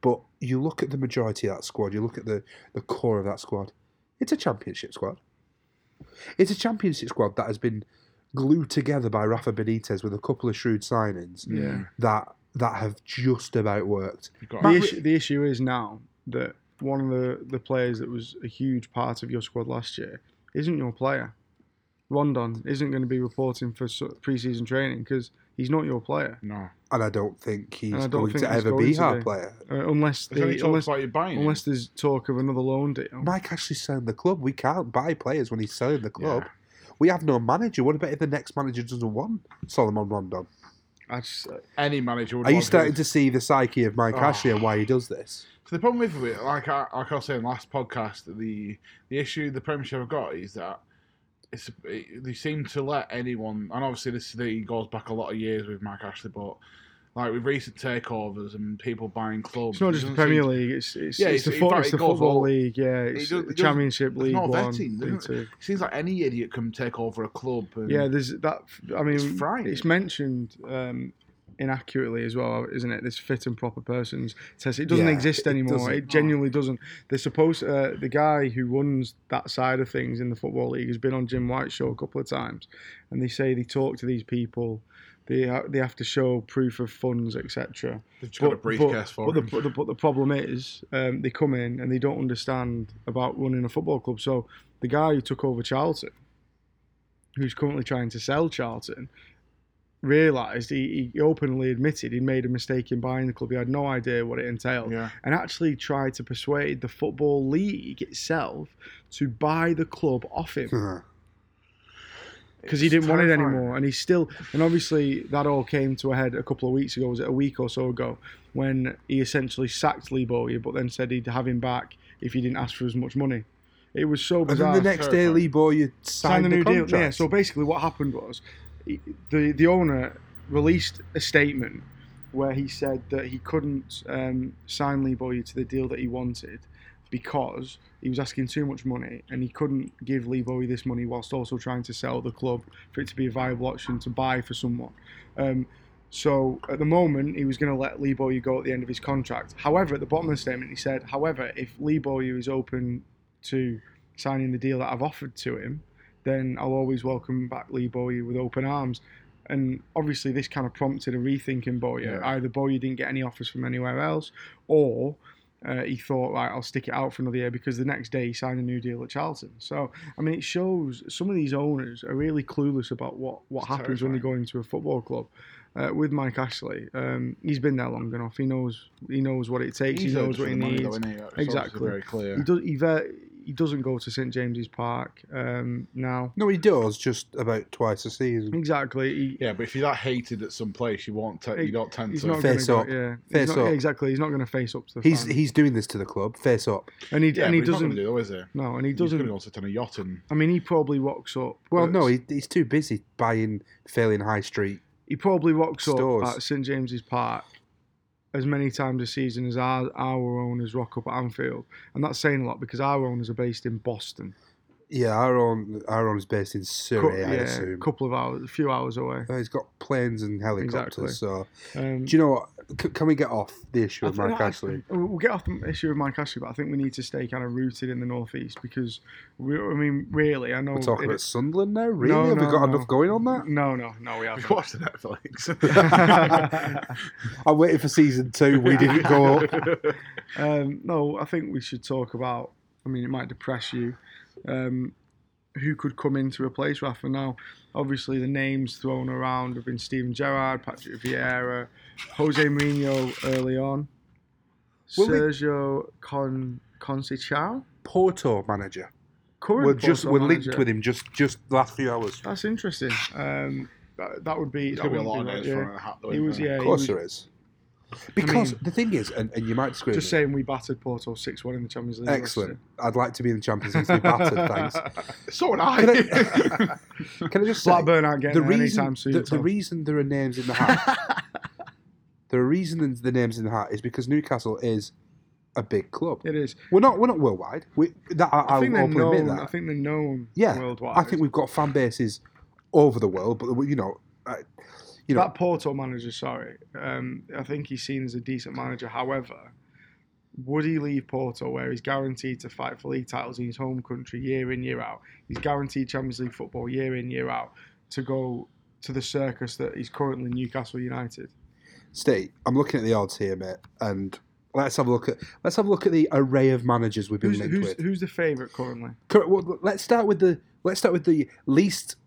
[SPEAKER 1] but you look at the majority of that squad. You look at the the core of that squad. It's a championship squad. It's a championship squad that has been glued together by Rafa Benitez with a couple of shrewd signings
[SPEAKER 3] isn't it?
[SPEAKER 2] Yeah.
[SPEAKER 1] that that have just about worked.
[SPEAKER 3] You've got-
[SPEAKER 2] The
[SPEAKER 1] Matt-
[SPEAKER 2] issue, the issue is now that one of the, the players that was a huge part of your squad last year isn't your player. Rondon isn't going to be reporting for so- preseason training because he's not your player
[SPEAKER 3] No.
[SPEAKER 1] and I don't think he's
[SPEAKER 2] And I don't
[SPEAKER 1] going
[SPEAKER 2] think
[SPEAKER 1] to
[SPEAKER 2] he's
[SPEAKER 1] ever
[SPEAKER 2] going
[SPEAKER 1] be
[SPEAKER 2] to
[SPEAKER 1] our
[SPEAKER 2] be.
[SPEAKER 1] player.
[SPEAKER 2] uh, unless
[SPEAKER 3] There's any
[SPEAKER 2] they,
[SPEAKER 3] talk
[SPEAKER 2] unless
[SPEAKER 3] about you buying him?
[SPEAKER 2] unless there's talk of another loan deal.
[SPEAKER 1] Mike Ashley selling the club. We can't buy players when he's selling the club.
[SPEAKER 3] Yeah.
[SPEAKER 1] We have no manager. What about if the next manager doesn't want Solomon Rondon?
[SPEAKER 2] I just, uh,
[SPEAKER 3] any manager would
[SPEAKER 1] Are you
[SPEAKER 3] want him.
[SPEAKER 1] starting to see the psyche of Mike
[SPEAKER 3] Oh.
[SPEAKER 1] Ashley and why he does this?
[SPEAKER 3] So the problem with it, like I, like I was saying last podcast, the the issue the Premiership have got is that it's it, they seem to let anyone, and obviously this thing goes back a lot of years with Mike Ashley, but like with recent takeovers and people buying clubs,
[SPEAKER 2] it's not just
[SPEAKER 3] it
[SPEAKER 2] the
[SPEAKER 3] doesn't
[SPEAKER 2] Premier
[SPEAKER 3] seem-
[SPEAKER 2] League. It's it's,
[SPEAKER 3] Yeah,
[SPEAKER 2] it's
[SPEAKER 3] it's-
[SPEAKER 2] the,
[SPEAKER 3] in
[SPEAKER 2] fo-
[SPEAKER 3] fact,
[SPEAKER 2] it's
[SPEAKER 3] it
[SPEAKER 2] the
[SPEAKER 3] goes
[SPEAKER 2] football
[SPEAKER 3] all-
[SPEAKER 2] league. Yeah, it's
[SPEAKER 3] does- it
[SPEAKER 2] the
[SPEAKER 3] does-
[SPEAKER 2] Championship
[SPEAKER 3] there's
[SPEAKER 2] League
[SPEAKER 3] no
[SPEAKER 2] One, League
[SPEAKER 3] vetting, doesn't
[SPEAKER 2] Two.
[SPEAKER 3] It seems like any idiot can take over a club. And,
[SPEAKER 2] Yeah, there's that. I mean,
[SPEAKER 3] It's
[SPEAKER 2] it's,
[SPEAKER 3] frightening.
[SPEAKER 2] mentioned um, inaccurately as well, uh, isn't it? This fit and proper persons test. It doesn't
[SPEAKER 1] Yeah,
[SPEAKER 2] exist
[SPEAKER 1] it
[SPEAKER 2] anymore. It,
[SPEAKER 1] doesn't. Oh.
[SPEAKER 2] genuinely doesn't. They're supposed. Uh, the guy who runs that side of things in the football league has been on Jim White's show a couple of times, and they say they talk to these people. They ha- they have to show proof of funds, etc.
[SPEAKER 3] they've just got a briefcase for
[SPEAKER 2] but the,
[SPEAKER 3] him.
[SPEAKER 2] but, the, but the problem is, um, they come in and they don't understand about running a football club. So the guy who took over Charlton, who's currently trying to sell Charlton, realised he, he openly admitted he'd made a mistake in buying the club. He had no idea what it entailed,
[SPEAKER 3] yeah,
[SPEAKER 2] and actually tried to persuade the football league itself to buy the club off him because he
[SPEAKER 3] It's
[SPEAKER 2] didn't want it
[SPEAKER 3] terrifying.
[SPEAKER 2] anymore, and he's still. And obviously, that all came to a head a couple of weeks ago. Was it a week or so ago when he essentially sacked Lee Bowyer, but then said he'd have him back if he didn't ask for as much money. It was so
[SPEAKER 1] And
[SPEAKER 2] bizarre.
[SPEAKER 1] then the next day,
[SPEAKER 3] terrifying.
[SPEAKER 1] Lee Boyer
[SPEAKER 2] Signed
[SPEAKER 1] signed
[SPEAKER 2] the
[SPEAKER 1] the,
[SPEAKER 2] new
[SPEAKER 1] contract.
[SPEAKER 2] deal. Yeah. So basically, what happened was he- the the owner released a statement where he said that he couldn't um, sign Lee Bowyer to the deal that he wanted because he was asking too much money and he couldn't give Lee Bowie this money whilst also trying to sell the club for it to be a viable option to buy for someone. Um, so at the moment, he was going to let Lee Bowie go at the end of his contract. However, at the bottom of the statement, he said, however, if Lee Bowie is open to signing the deal that I've offered to him, then I'll always welcome back Lee Bowie with open arms. And obviously, this kind of prompted a rethink in Boyer.
[SPEAKER 3] Yeah.
[SPEAKER 2] Either Boyer didn't get any offers from anywhere else, or uh, he thought, right, I'll stick it out for another year because the next day he signed a new deal at Charlton. So, I mean, it shows some of these owners are really clueless about what, what
[SPEAKER 3] It's
[SPEAKER 2] happens when they go into a football club. Uh, with Mike Ashley, um, he's been there long enough. He knows he knows what it takes. he
[SPEAKER 3] out
[SPEAKER 2] knows
[SPEAKER 3] for
[SPEAKER 2] what he
[SPEAKER 3] the money,
[SPEAKER 2] needs.
[SPEAKER 3] though, isn't he? That's obviously
[SPEAKER 2] Exactly.
[SPEAKER 3] very clear.
[SPEAKER 2] He does. He, ve- he doesn't go to St James's Park um, now.
[SPEAKER 1] No, he does just about twice a season.
[SPEAKER 2] Exactly. He,
[SPEAKER 3] yeah, but if you're that hated at some place, you won't. Te- you don't tend
[SPEAKER 2] he's
[SPEAKER 3] to.
[SPEAKER 2] not going
[SPEAKER 1] Face
[SPEAKER 2] to.
[SPEAKER 1] up.
[SPEAKER 2] Yeah. He's
[SPEAKER 1] Face
[SPEAKER 2] not-
[SPEAKER 1] up.
[SPEAKER 2] Exactly. He's not going to face up to the
[SPEAKER 1] He's
[SPEAKER 2] fans.
[SPEAKER 1] he's doing this to the club. Face up.
[SPEAKER 2] and he
[SPEAKER 3] yeah,
[SPEAKER 2] and
[SPEAKER 3] but
[SPEAKER 2] he
[SPEAKER 3] he's not gonna
[SPEAKER 2] doesn't.
[SPEAKER 3] do, though, is he?
[SPEAKER 2] No, and he
[SPEAKER 3] He's
[SPEAKER 2] doesn't.
[SPEAKER 3] going to go sit on a yacht and
[SPEAKER 2] I mean, he probably rocks up.
[SPEAKER 1] Well,
[SPEAKER 2] at-
[SPEAKER 1] no, he, he's too busy buying failing high street.
[SPEAKER 2] he probably rocks
[SPEAKER 1] Stores.
[SPEAKER 2] up at St James's Park as many times a season as our, our owners rock up at Anfield, and that's saying a lot because our owners are based in Boston.
[SPEAKER 1] Yeah, our own our own is based in
[SPEAKER 2] Cou-
[SPEAKER 1] Surrey, I
[SPEAKER 2] yeah, a
[SPEAKER 1] assume.
[SPEAKER 2] couple of hours, a few hours away.
[SPEAKER 1] Uh, he's got planes and helicopters.
[SPEAKER 2] Exactly.
[SPEAKER 1] So,
[SPEAKER 2] Um,
[SPEAKER 1] do you know what? C- can we get off the issue
[SPEAKER 2] I
[SPEAKER 1] of Mark
[SPEAKER 2] think- I-
[SPEAKER 1] Ashley?
[SPEAKER 2] We'll get off the issue of Mike Ashley, but I think we need to stay kind of rooted in the northeast because we. I mean, really, I know
[SPEAKER 1] We're talking
[SPEAKER 2] Oh, it-
[SPEAKER 1] about Sunderland now. Really?
[SPEAKER 2] No,
[SPEAKER 1] Have we
[SPEAKER 2] no,
[SPEAKER 1] got
[SPEAKER 2] no.
[SPEAKER 1] enough going on that?
[SPEAKER 2] No, no, no, we
[SPEAKER 3] We
[SPEAKER 2] haven't.
[SPEAKER 3] watched the Netflix.
[SPEAKER 1] I'm waiting for season two. We didn't go up.
[SPEAKER 2] um, no, I think we should talk about. I mean, it might depress you. Um, who could come in to replace Rafa now? Obviously, the names thrown around have been Steven Gerrard, Patrick Vieira, Jose Mourinho early on,
[SPEAKER 1] Will they-
[SPEAKER 2] Sergio Con Conceição,
[SPEAKER 1] Porto manager.
[SPEAKER 2] current
[SPEAKER 1] We're just
[SPEAKER 2] Porto
[SPEAKER 1] we're linked
[SPEAKER 2] manager.
[SPEAKER 1] with him just just the last few hours.
[SPEAKER 2] That's interesting. Um, that, that would be.
[SPEAKER 3] It's
[SPEAKER 2] that
[SPEAKER 3] going to be
[SPEAKER 2] wouldn't
[SPEAKER 3] a lot of
[SPEAKER 2] right,
[SPEAKER 3] days
[SPEAKER 2] yeah.
[SPEAKER 3] for it to happen,
[SPEAKER 2] He
[SPEAKER 3] isn't
[SPEAKER 2] was,
[SPEAKER 3] there?
[SPEAKER 2] yeah,
[SPEAKER 1] Of
[SPEAKER 2] he
[SPEAKER 1] course
[SPEAKER 2] was-
[SPEAKER 1] there is. Because
[SPEAKER 2] mean-
[SPEAKER 1] the thing is, and, and you might disagree.
[SPEAKER 2] Just
[SPEAKER 1] with me,
[SPEAKER 2] saying, we battered Porto six one in the Champions League. last
[SPEAKER 1] Excellent.
[SPEAKER 2] year.
[SPEAKER 1] I'd like to be in the Champions League to be battered. Thanks.
[SPEAKER 3] So would I.
[SPEAKER 1] Can I just say
[SPEAKER 2] Blackburn aren't getting
[SPEAKER 1] the
[SPEAKER 2] there
[SPEAKER 1] reason
[SPEAKER 2] anytime soon.
[SPEAKER 1] the, the
[SPEAKER 2] Tom.
[SPEAKER 1] reason there are names in the hat? the reason the names in the hat is because Newcastle is a big club.
[SPEAKER 2] it is.
[SPEAKER 1] We're not we're not worldwide. We that I,
[SPEAKER 2] I
[SPEAKER 1] I
[SPEAKER 2] think
[SPEAKER 1] will
[SPEAKER 2] they're
[SPEAKER 1] openly admit
[SPEAKER 2] known.
[SPEAKER 1] that.
[SPEAKER 2] I think they're known
[SPEAKER 1] Yeah,
[SPEAKER 2] worldwide.
[SPEAKER 1] I think we've got fan bases over the world, but you know, uh, you know,
[SPEAKER 2] that Porto manager. Sorry, um, I think he's seen as a decent manager. However, would he leave Porto, where he's guaranteed to fight for league titles in his home country year in year out? He's guaranteed Champions League football year in year out to go to the circus that he's currently Newcastle United.
[SPEAKER 1] Steve, I'm looking at the odds here, mate, and let's have a look at let's have a look at the array of managers we've been
[SPEAKER 2] Who's
[SPEAKER 1] linked
[SPEAKER 2] who's,
[SPEAKER 1] with.
[SPEAKER 2] who's the favourite currently?
[SPEAKER 1] Cor- well, let's start with the let's start with the least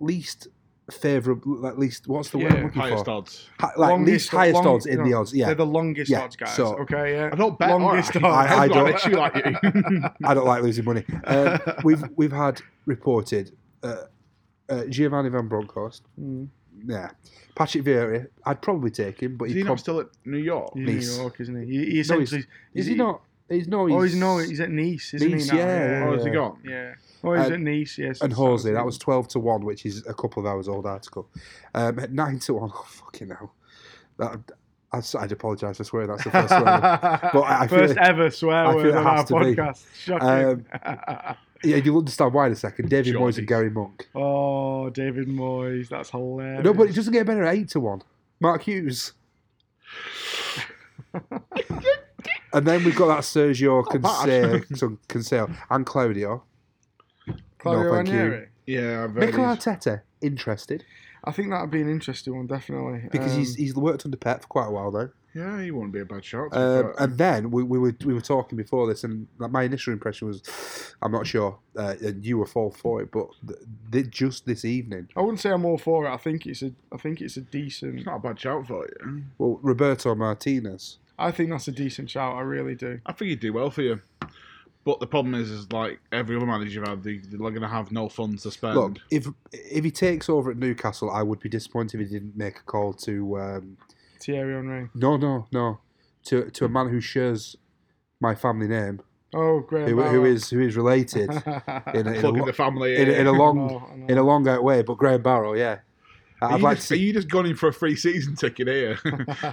[SPEAKER 1] least favourable, at least what's the word
[SPEAKER 2] Yeah,
[SPEAKER 1] I'm looking
[SPEAKER 3] highest
[SPEAKER 1] for?
[SPEAKER 3] odds.
[SPEAKER 1] Hi- like least highest
[SPEAKER 2] long-
[SPEAKER 1] odds in the
[SPEAKER 2] no,
[SPEAKER 1] odds. Yeah,
[SPEAKER 2] They're the longest
[SPEAKER 1] Yeah,
[SPEAKER 2] odds, guys.
[SPEAKER 1] so-
[SPEAKER 2] okay, yeah.
[SPEAKER 3] I don't bet.
[SPEAKER 2] Longest
[SPEAKER 3] alright.
[SPEAKER 2] odds.
[SPEAKER 3] I,
[SPEAKER 1] I
[SPEAKER 3] have got an
[SPEAKER 1] don't-
[SPEAKER 3] issue like you.
[SPEAKER 1] I don't like losing money. Um, we've we've had reported uh, uh, Giovanni Van Bronckhorst.
[SPEAKER 2] Mm.
[SPEAKER 1] Yeah, Patrick Vieira. I'd probably take him, but
[SPEAKER 3] Is
[SPEAKER 1] he
[SPEAKER 3] he
[SPEAKER 1] prob-
[SPEAKER 3] not still at New York?
[SPEAKER 2] He's
[SPEAKER 1] Nice.
[SPEAKER 2] in New York, isn't he? He, he
[SPEAKER 1] No, he's-
[SPEAKER 2] essentially
[SPEAKER 1] is he not? He's no. He's,
[SPEAKER 2] Oh, he's no, he's at Nice, isn't
[SPEAKER 1] Nice,
[SPEAKER 2] he? Now?
[SPEAKER 1] yeah,
[SPEAKER 3] Or has he
[SPEAKER 1] Yeah.
[SPEAKER 3] gone?
[SPEAKER 2] yeah. Oh, he's
[SPEAKER 1] And-
[SPEAKER 2] at Nice, yes.
[SPEAKER 1] and
[SPEAKER 2] it's
[SPEAKER 1] Horsley. That
[SPEAKER 2] Saturday.
[SPEAKER 1] was twelve to one, which is a couple of hours old article. Um, at nine to one. Oh, fucking hell! That, I, I'd apologise for swearing. That's the first one. But I, I feel
[SPEAKER 2] First
[SPEAKER 1] like,
[SPEAKER 2] ever swear
[SPEAKER 1] I
[SPEAKER 2] word
[SPEAKER 1] feel it
[SPEAKER 2] on
[SPEAKER 1] has
[SPEAKER 2] our
[SPEAKER 1] to be. Um,
[SPEAKER 2] podcast. Shocking.
[SPEAKER 1] yeah, you'll understand why in a second. David Moyes
[SPEAKER 3] Geordie.
[SPEAKER 1] and Gary Monk.
[SPEAKER 2] oh, David Moyes, that's hilarious.
[SPEAKER 1] No, but it doesn't get better at eight to one. Mark Hughes. and then we've got that Sergio
[SPEAKER 3] bad.
[SPEAKER 1] Conce- Cancel and Claudio.
[SPEAKER 2] Claudio
[SPEAKER 1] no, thank you.
[SPEAKER 2] Ranieri.
[SPEAKER 3] yeah, I've heard
[SPEAKER 1] Mikel
[SPEAKER 3] he's-
[SPEAKER 1] Arteta interested
[SPEAKER 2] I think that'd be an interesting one, definitely.
[SPEAKER 1] because
[SPEAKER 2] Um,
[SPEAKER 1] he's he's worked under Pep for quite a while though.
[SPEAKER 3] Yeah, he wouldn't be a bad shot.
[SPEAKER 1] Um,
[SPEAKER 3] but-
[SPEAKER 1] and then we, we were we were talking before this, and like, my initial impression was, I'm not sure, uh, and you were all for it, but th- th- just this evening,
[SPEAKER 2] I wouldn't say I'm all for it. I think it's a I think it's a decent
[SPEAKER 3] It's not a bad shout for you.
[SPEAKER 1] well, Roberto Martinez,
[SPEAKER 2] I think that's a decent shout, I really do.
[SPEAKER 3] I think he'd do well for you. But the problem is, is like every other manager you've had, they- they're going to have no funds to spend.
[SPEAKER 1] Look, if if he takes over at Newcastle, I would be disappointed if he didn't make a call to um,
[SPEAKER 2] Thierry Henry.
[SPEAKER 1] no, no, no, to to a man who shares my family name,
[SPEAKER 2] Oh great.
[SPEAKER 1] who, who is who is related in a, in a,
[SPEAKER 3] Plug in
[SPEAKER 1] lo-
[SPEAKER 3] the family.
[SPEAKER 1] in a, in a long in
[SPEAKER 2] know.
[SPEAKER 1] a long out way, but Graham Barrow, yeah.
[SPEAKER 3] are,
[SPEAKER 1] I'd
[SPEAKER 3] you
[SPEAKER 1] like
[SPEAKER 3] just,
[SPEAKER 1] to.
[SPEAKER 3] are
[SPEAKER 1] See,
[SPEAKER 3] you just going in for a free season ticket here?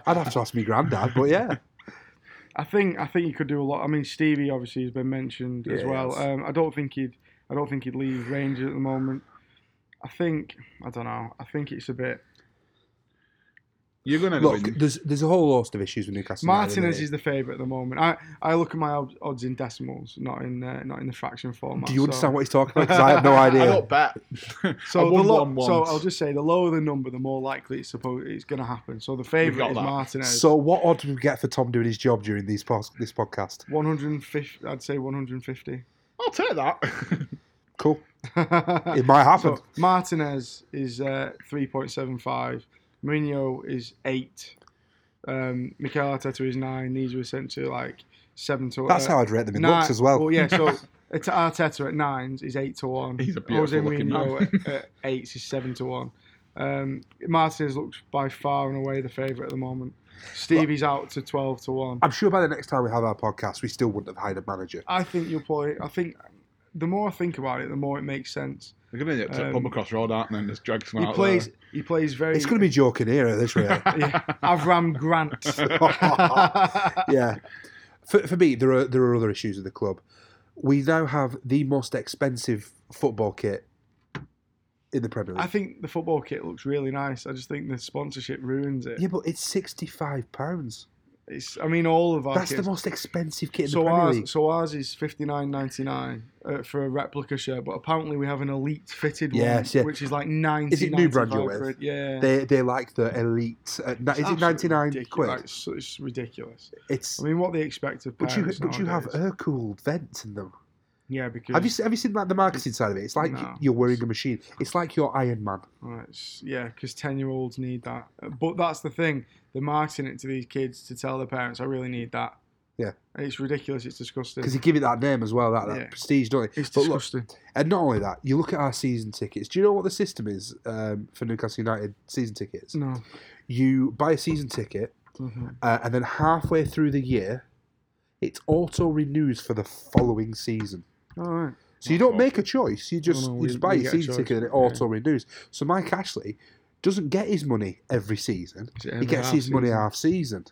[SPEAKER 1] I'd have to ask my granddad, but yeah,
[SPEAKER 2] I think I think he could do a lot. I mean, Stevie obviously has been mentioned as
[SPEAKER 1] Yeah,
[SPEAKER 2] well.
[SPEAKER 1] yes.
[SPEAKER 2] Um, I don't think he'd I don't think he'd leave Rangers at the moment. I think I don't know. I think it's a bit.
[SPEAKER 3] You're going to
[SPEAKER 1] Look,
[SPEAKER 3] win.
[SPEAKER 1] there's there's a whole host of issues with Newcastle. United,
[SPEAKER 2] Martinez
[SPEAKER 1] isn't
[SPEAKER 2] is the favourite at the moment. I, I look at my od- odds in decimals, not in uh, not in the fraction
[SPEAKER 1] there?
[SPEAKER 2] format.
[SPEAKER 1] Do you
[SPEAKER 2] so-
[SPEAKER 1] understand what he's talking about? Because I have no
[SPEAKER 3] I
[SPEAKER 1] idea.
[SPEAKER 3] don't bet.
[SPEAKER 2] So
[SPEAKER 3] I
[SPEAKER 2] the
[SPEAKER 3] won
[SPEAKER 2] lo-
[SPEAKER 3] one
[SPEAKER 2] so
[SPEAKER 3] once.
[SPEAKER 2] I'll just say the lower the number, the more likely it's supposed it's going to happen. So the
[SPEAKER 3] got
[SPEAKER 2] favourite is
[SPEAKER 3] that.
[SPEAKER 2] Martinez.
[SPEAKER 1] So, what odds would we get for Tom doing his job during these pos- this podcast?
[SPEAKER 2] 150. I'd say 150.
[SPEAKER 3] I'll take that.
[SPEAKER 1] Cool, it might happen.
[SPEAKER 2] So uh, Martinez is uh, 3.75. Mourinho is 8. Um, Mikel Arteta is 9. These are essentially like 7 to
[SPEAKER 1] That's
[SPEAKER 2] uh,
[SPEAKER 1] how I'd rate them in
[SPEAKER 2] nine-
[SPEAKER 1] looks as well.
[SPEAKER 2] Well, yeah, so it's Arteta at 9s is 8 to 1.
[SPEAKER 3] He's a
[SPEAKER 2] Jose
[SPEAKER 3] beautiful looking
[SPEAKER 2] Mourinho at, at 8s is 7 to 1. Um, Martinez looks by far and away the favourite at the moment. Stevie's out to 12 to 1.
[SPEAKER 1] I'm sure by the next time we have our podcast, we still wouldn't have hired a manager.
[SPEAKER 2] I think you'll probably. I think the more I think about it, the more it makes sense.
[SPEAKER 3] They're going to end up
[SPEAKER 2] Um,
[SPEAKER 3] um, across road, aren't they? And just drag some
[SPEAKER 2] He
[SPEAKER 3] out.
[SPEAKER 2] plays. He plays very.
[SPEAKER 1] It's going to be joking here at this rate.
[SPEAKER 2] yeah, Avram Grant.
[SPEAKER 1] yeah. For, for me, there are there are other issues with the club. We now have the most expensive football kit in the Premier League.
[SPEAKER 2] I think the football kit looks really nice. I just think the sponsorship ruins it.
[SPEAKER 1] yeah, but it's sixty five pounds.
[SPEAKER 2] It's. I mean, all of our
[SPEAKER 1] That's
[SPEAKER 2] kits.
[SPEAKER 1] the most expensive kit in the
[SPEAKER 2] so
[SPEAKER 1] Premier
[SPEAKER 2] ours,
[SPEAKER 1] League.
[SPEAKER 2] so ours is fifty nine ninety nine uh, for a replica shirt, but apparently we have an elite fitted
[SPEAKER 1] Yes,
[SPEAKER 2] one,
[SPEAKER 1] yeah.
[SPEAKER 2] which is like ninety.
[SPEAKER 1] Is it new brand you're
[SPEAKER 2] 95
[SPEAKER 1] with?
[SPEAKER 2] quid. Yeah,
[SPEAKER 1] They they like the elite. Uh, na-
[SPEAKER 2] It's
[SPEAKER 1] is it
[SPEAKER 2] absolutely
[SPEAKER 1] ninety nine
[SPEAKER 2] ridiculous. Like,
[SPEAKER 1] quid?
[SPEAKER 2] It's, it's ridiculous.
[SPEAKER 1] It's
[SPEAKER 2] I mean, what they expect of
[SPEAKER 1] but you
[SPEAKER 2] parents
[SPEAKER 1] but you have
[SPEAKER 2] nowadays.
[SPEAKER 1] air cooled vents in them.
[SPEAKER 2] yeah because
[SPEAKER 1] Have you se- have you seen like the marketing side of it? It's like
[SPEAKER 2] No.
[SPEAKER 1] you're wearing a machine. It's like your Iron Man.
[SPEAKER 2] Right, s- yeah, because ten-year-olds need that. Uh, But that's the thing; they're marketing it to these kids to tell their parents, "I really need that."
[SPEAKER 1] Yeah.
[SPEAKER 2] and it's ridiculous. It's disgusting.
[SPEAKER 1] Because you give it that name as well, that, that
[SPEAKER 2] Yeah.
[SPEAKER 1] prestige, don't it?
[SPEAKER 2] It's
[SPEAKER 1] But look,
[SPEAKER 2] disgusting.
[SPEAKER 1] and not only that, you look at our season tickets. Do you know what the system is um, for Newcastle United season tickets?
[SPEAKER 2] no,
[SPEAKER 1] You buy a season ticket, uh, and then halfway through the year, it auto renews for the following season.
[SPEAKER 2] all right.
[SPEAKER 1] So you don't make a choice. You just
[SPEAKER 2] no,
[SPEAKER 1] you
[SPEAKER 2] we-
[SPEAKER 1] just buy
[SPEAKER 2] we
[SPEAKER 1] your
[SPEAKER 2] get
[SPEAKER 1] season
[SPEAKER 2] choice.
[SPEAKER 1] ticket and it
[SPEAKER 2] Yeah.
[SPEAKER 1] auto renews. So Mike Ashley doesn't get his money every season. He gets his money half season.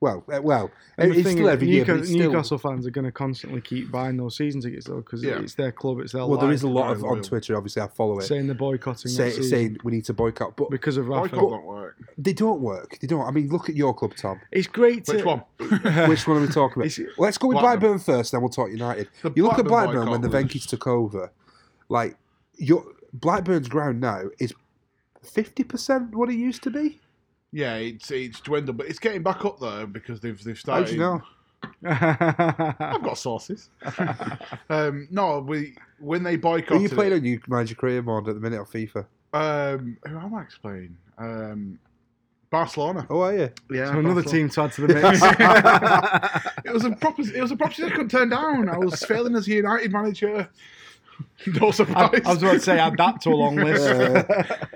[SPEAKER 1] Well, uh, well,
[SPEAKER 2] And the
[SPEAKER 1] it's
[SPEAKER 2] thing
[SPEAKER 1] still
[SPEAKER 2] is,
[SPEAKER 1] every year. But
[SPEAKER 2] Newcastle,
[SPEAKER 1] it's still,
[SPEAKER 2] Newcastle fans are going to constantly keep buying those season tickets though, because
[SPEAKER 3] Yeah.
[SPEAKER 2] it's their club, it's their.
[SPEAKER 1] well, there
[SPEAKER 2] life.
[SPEAKER 1] is a lot of
[SPEAKER 3] Very
[SPEAKER 1] on
[SPEAKER 3] loyal.
[SPEAKER 1] Twitter. Obviously, I follow it.
[SPEAKER 2] saying they're boycotting
[SPEAKER 1] Say,
[SPEAKER 2] that season
[SPEAKER 1] saying we need to boycott, but
[SPEAKER 2] because of
[SPEAKER 3] Boycott
[SPEAKER 2] Rafa.
[SPEAKER 3] don't work.
[SPEAKER 1] they don't work. They don't. I mean, look at your club, Tom.
[SPEAKER 2] It's great.
[SPEAKER 3] Which
[SPEAKER 2] to,
[SPEAKER 3] one?
[SPEAKER 1] Which one are we talking about?
[SPEAKER 2] It's-
[SPEAKER 1] Let's go with
[SPEAKER 3] Blackburn.
[SPEAKER 1] Blackburn first, then we'll talk United.
[SPEAKER 3] The
[SPEAKER 1] you look at
[SPEAKER 3] Blackburn
[SPEAKER 1] Blackburn when the
[SPEAKER 3] boycott
[SPEAKER 1] Venkies took over. Like your Blackburn's ground now is fifty percent what it used to be.
[SPEAKER 3] Yeah, it's it's dwindled, but it's getting back up there because they've they've
[SPEAKER 1] How
[SPEAKER 3] started.
[SPEAKER 1] do you know?
[SPEAKER 3] I've got sources. um, no, we when they
[SPEAKER 1] Are you
[SPEAKER 3] boycotted.
[SPEAKER 1] playing
[SPEAKER 3] it-
[SPEAKER 1] on your manager career mode at the minute on FIFA?
[SPEAKER 3] Um, who am I explaining? Um, Barcelona.
[SPEAKER 1] Oh, are you?
[SPEAKER 3] Yeah,
[SPEAKER 2] So another team to add to the mix.
[SPEAKER 1] mix.
[SPEAKER 3] It was a proper. It was a proposition I couldn't turn down. I was failing as a United manager. no
[SPEAKER 2] I,
[SPEAKER 3] surprise.
[SPEAKER 2] I was about to say add that to a long list.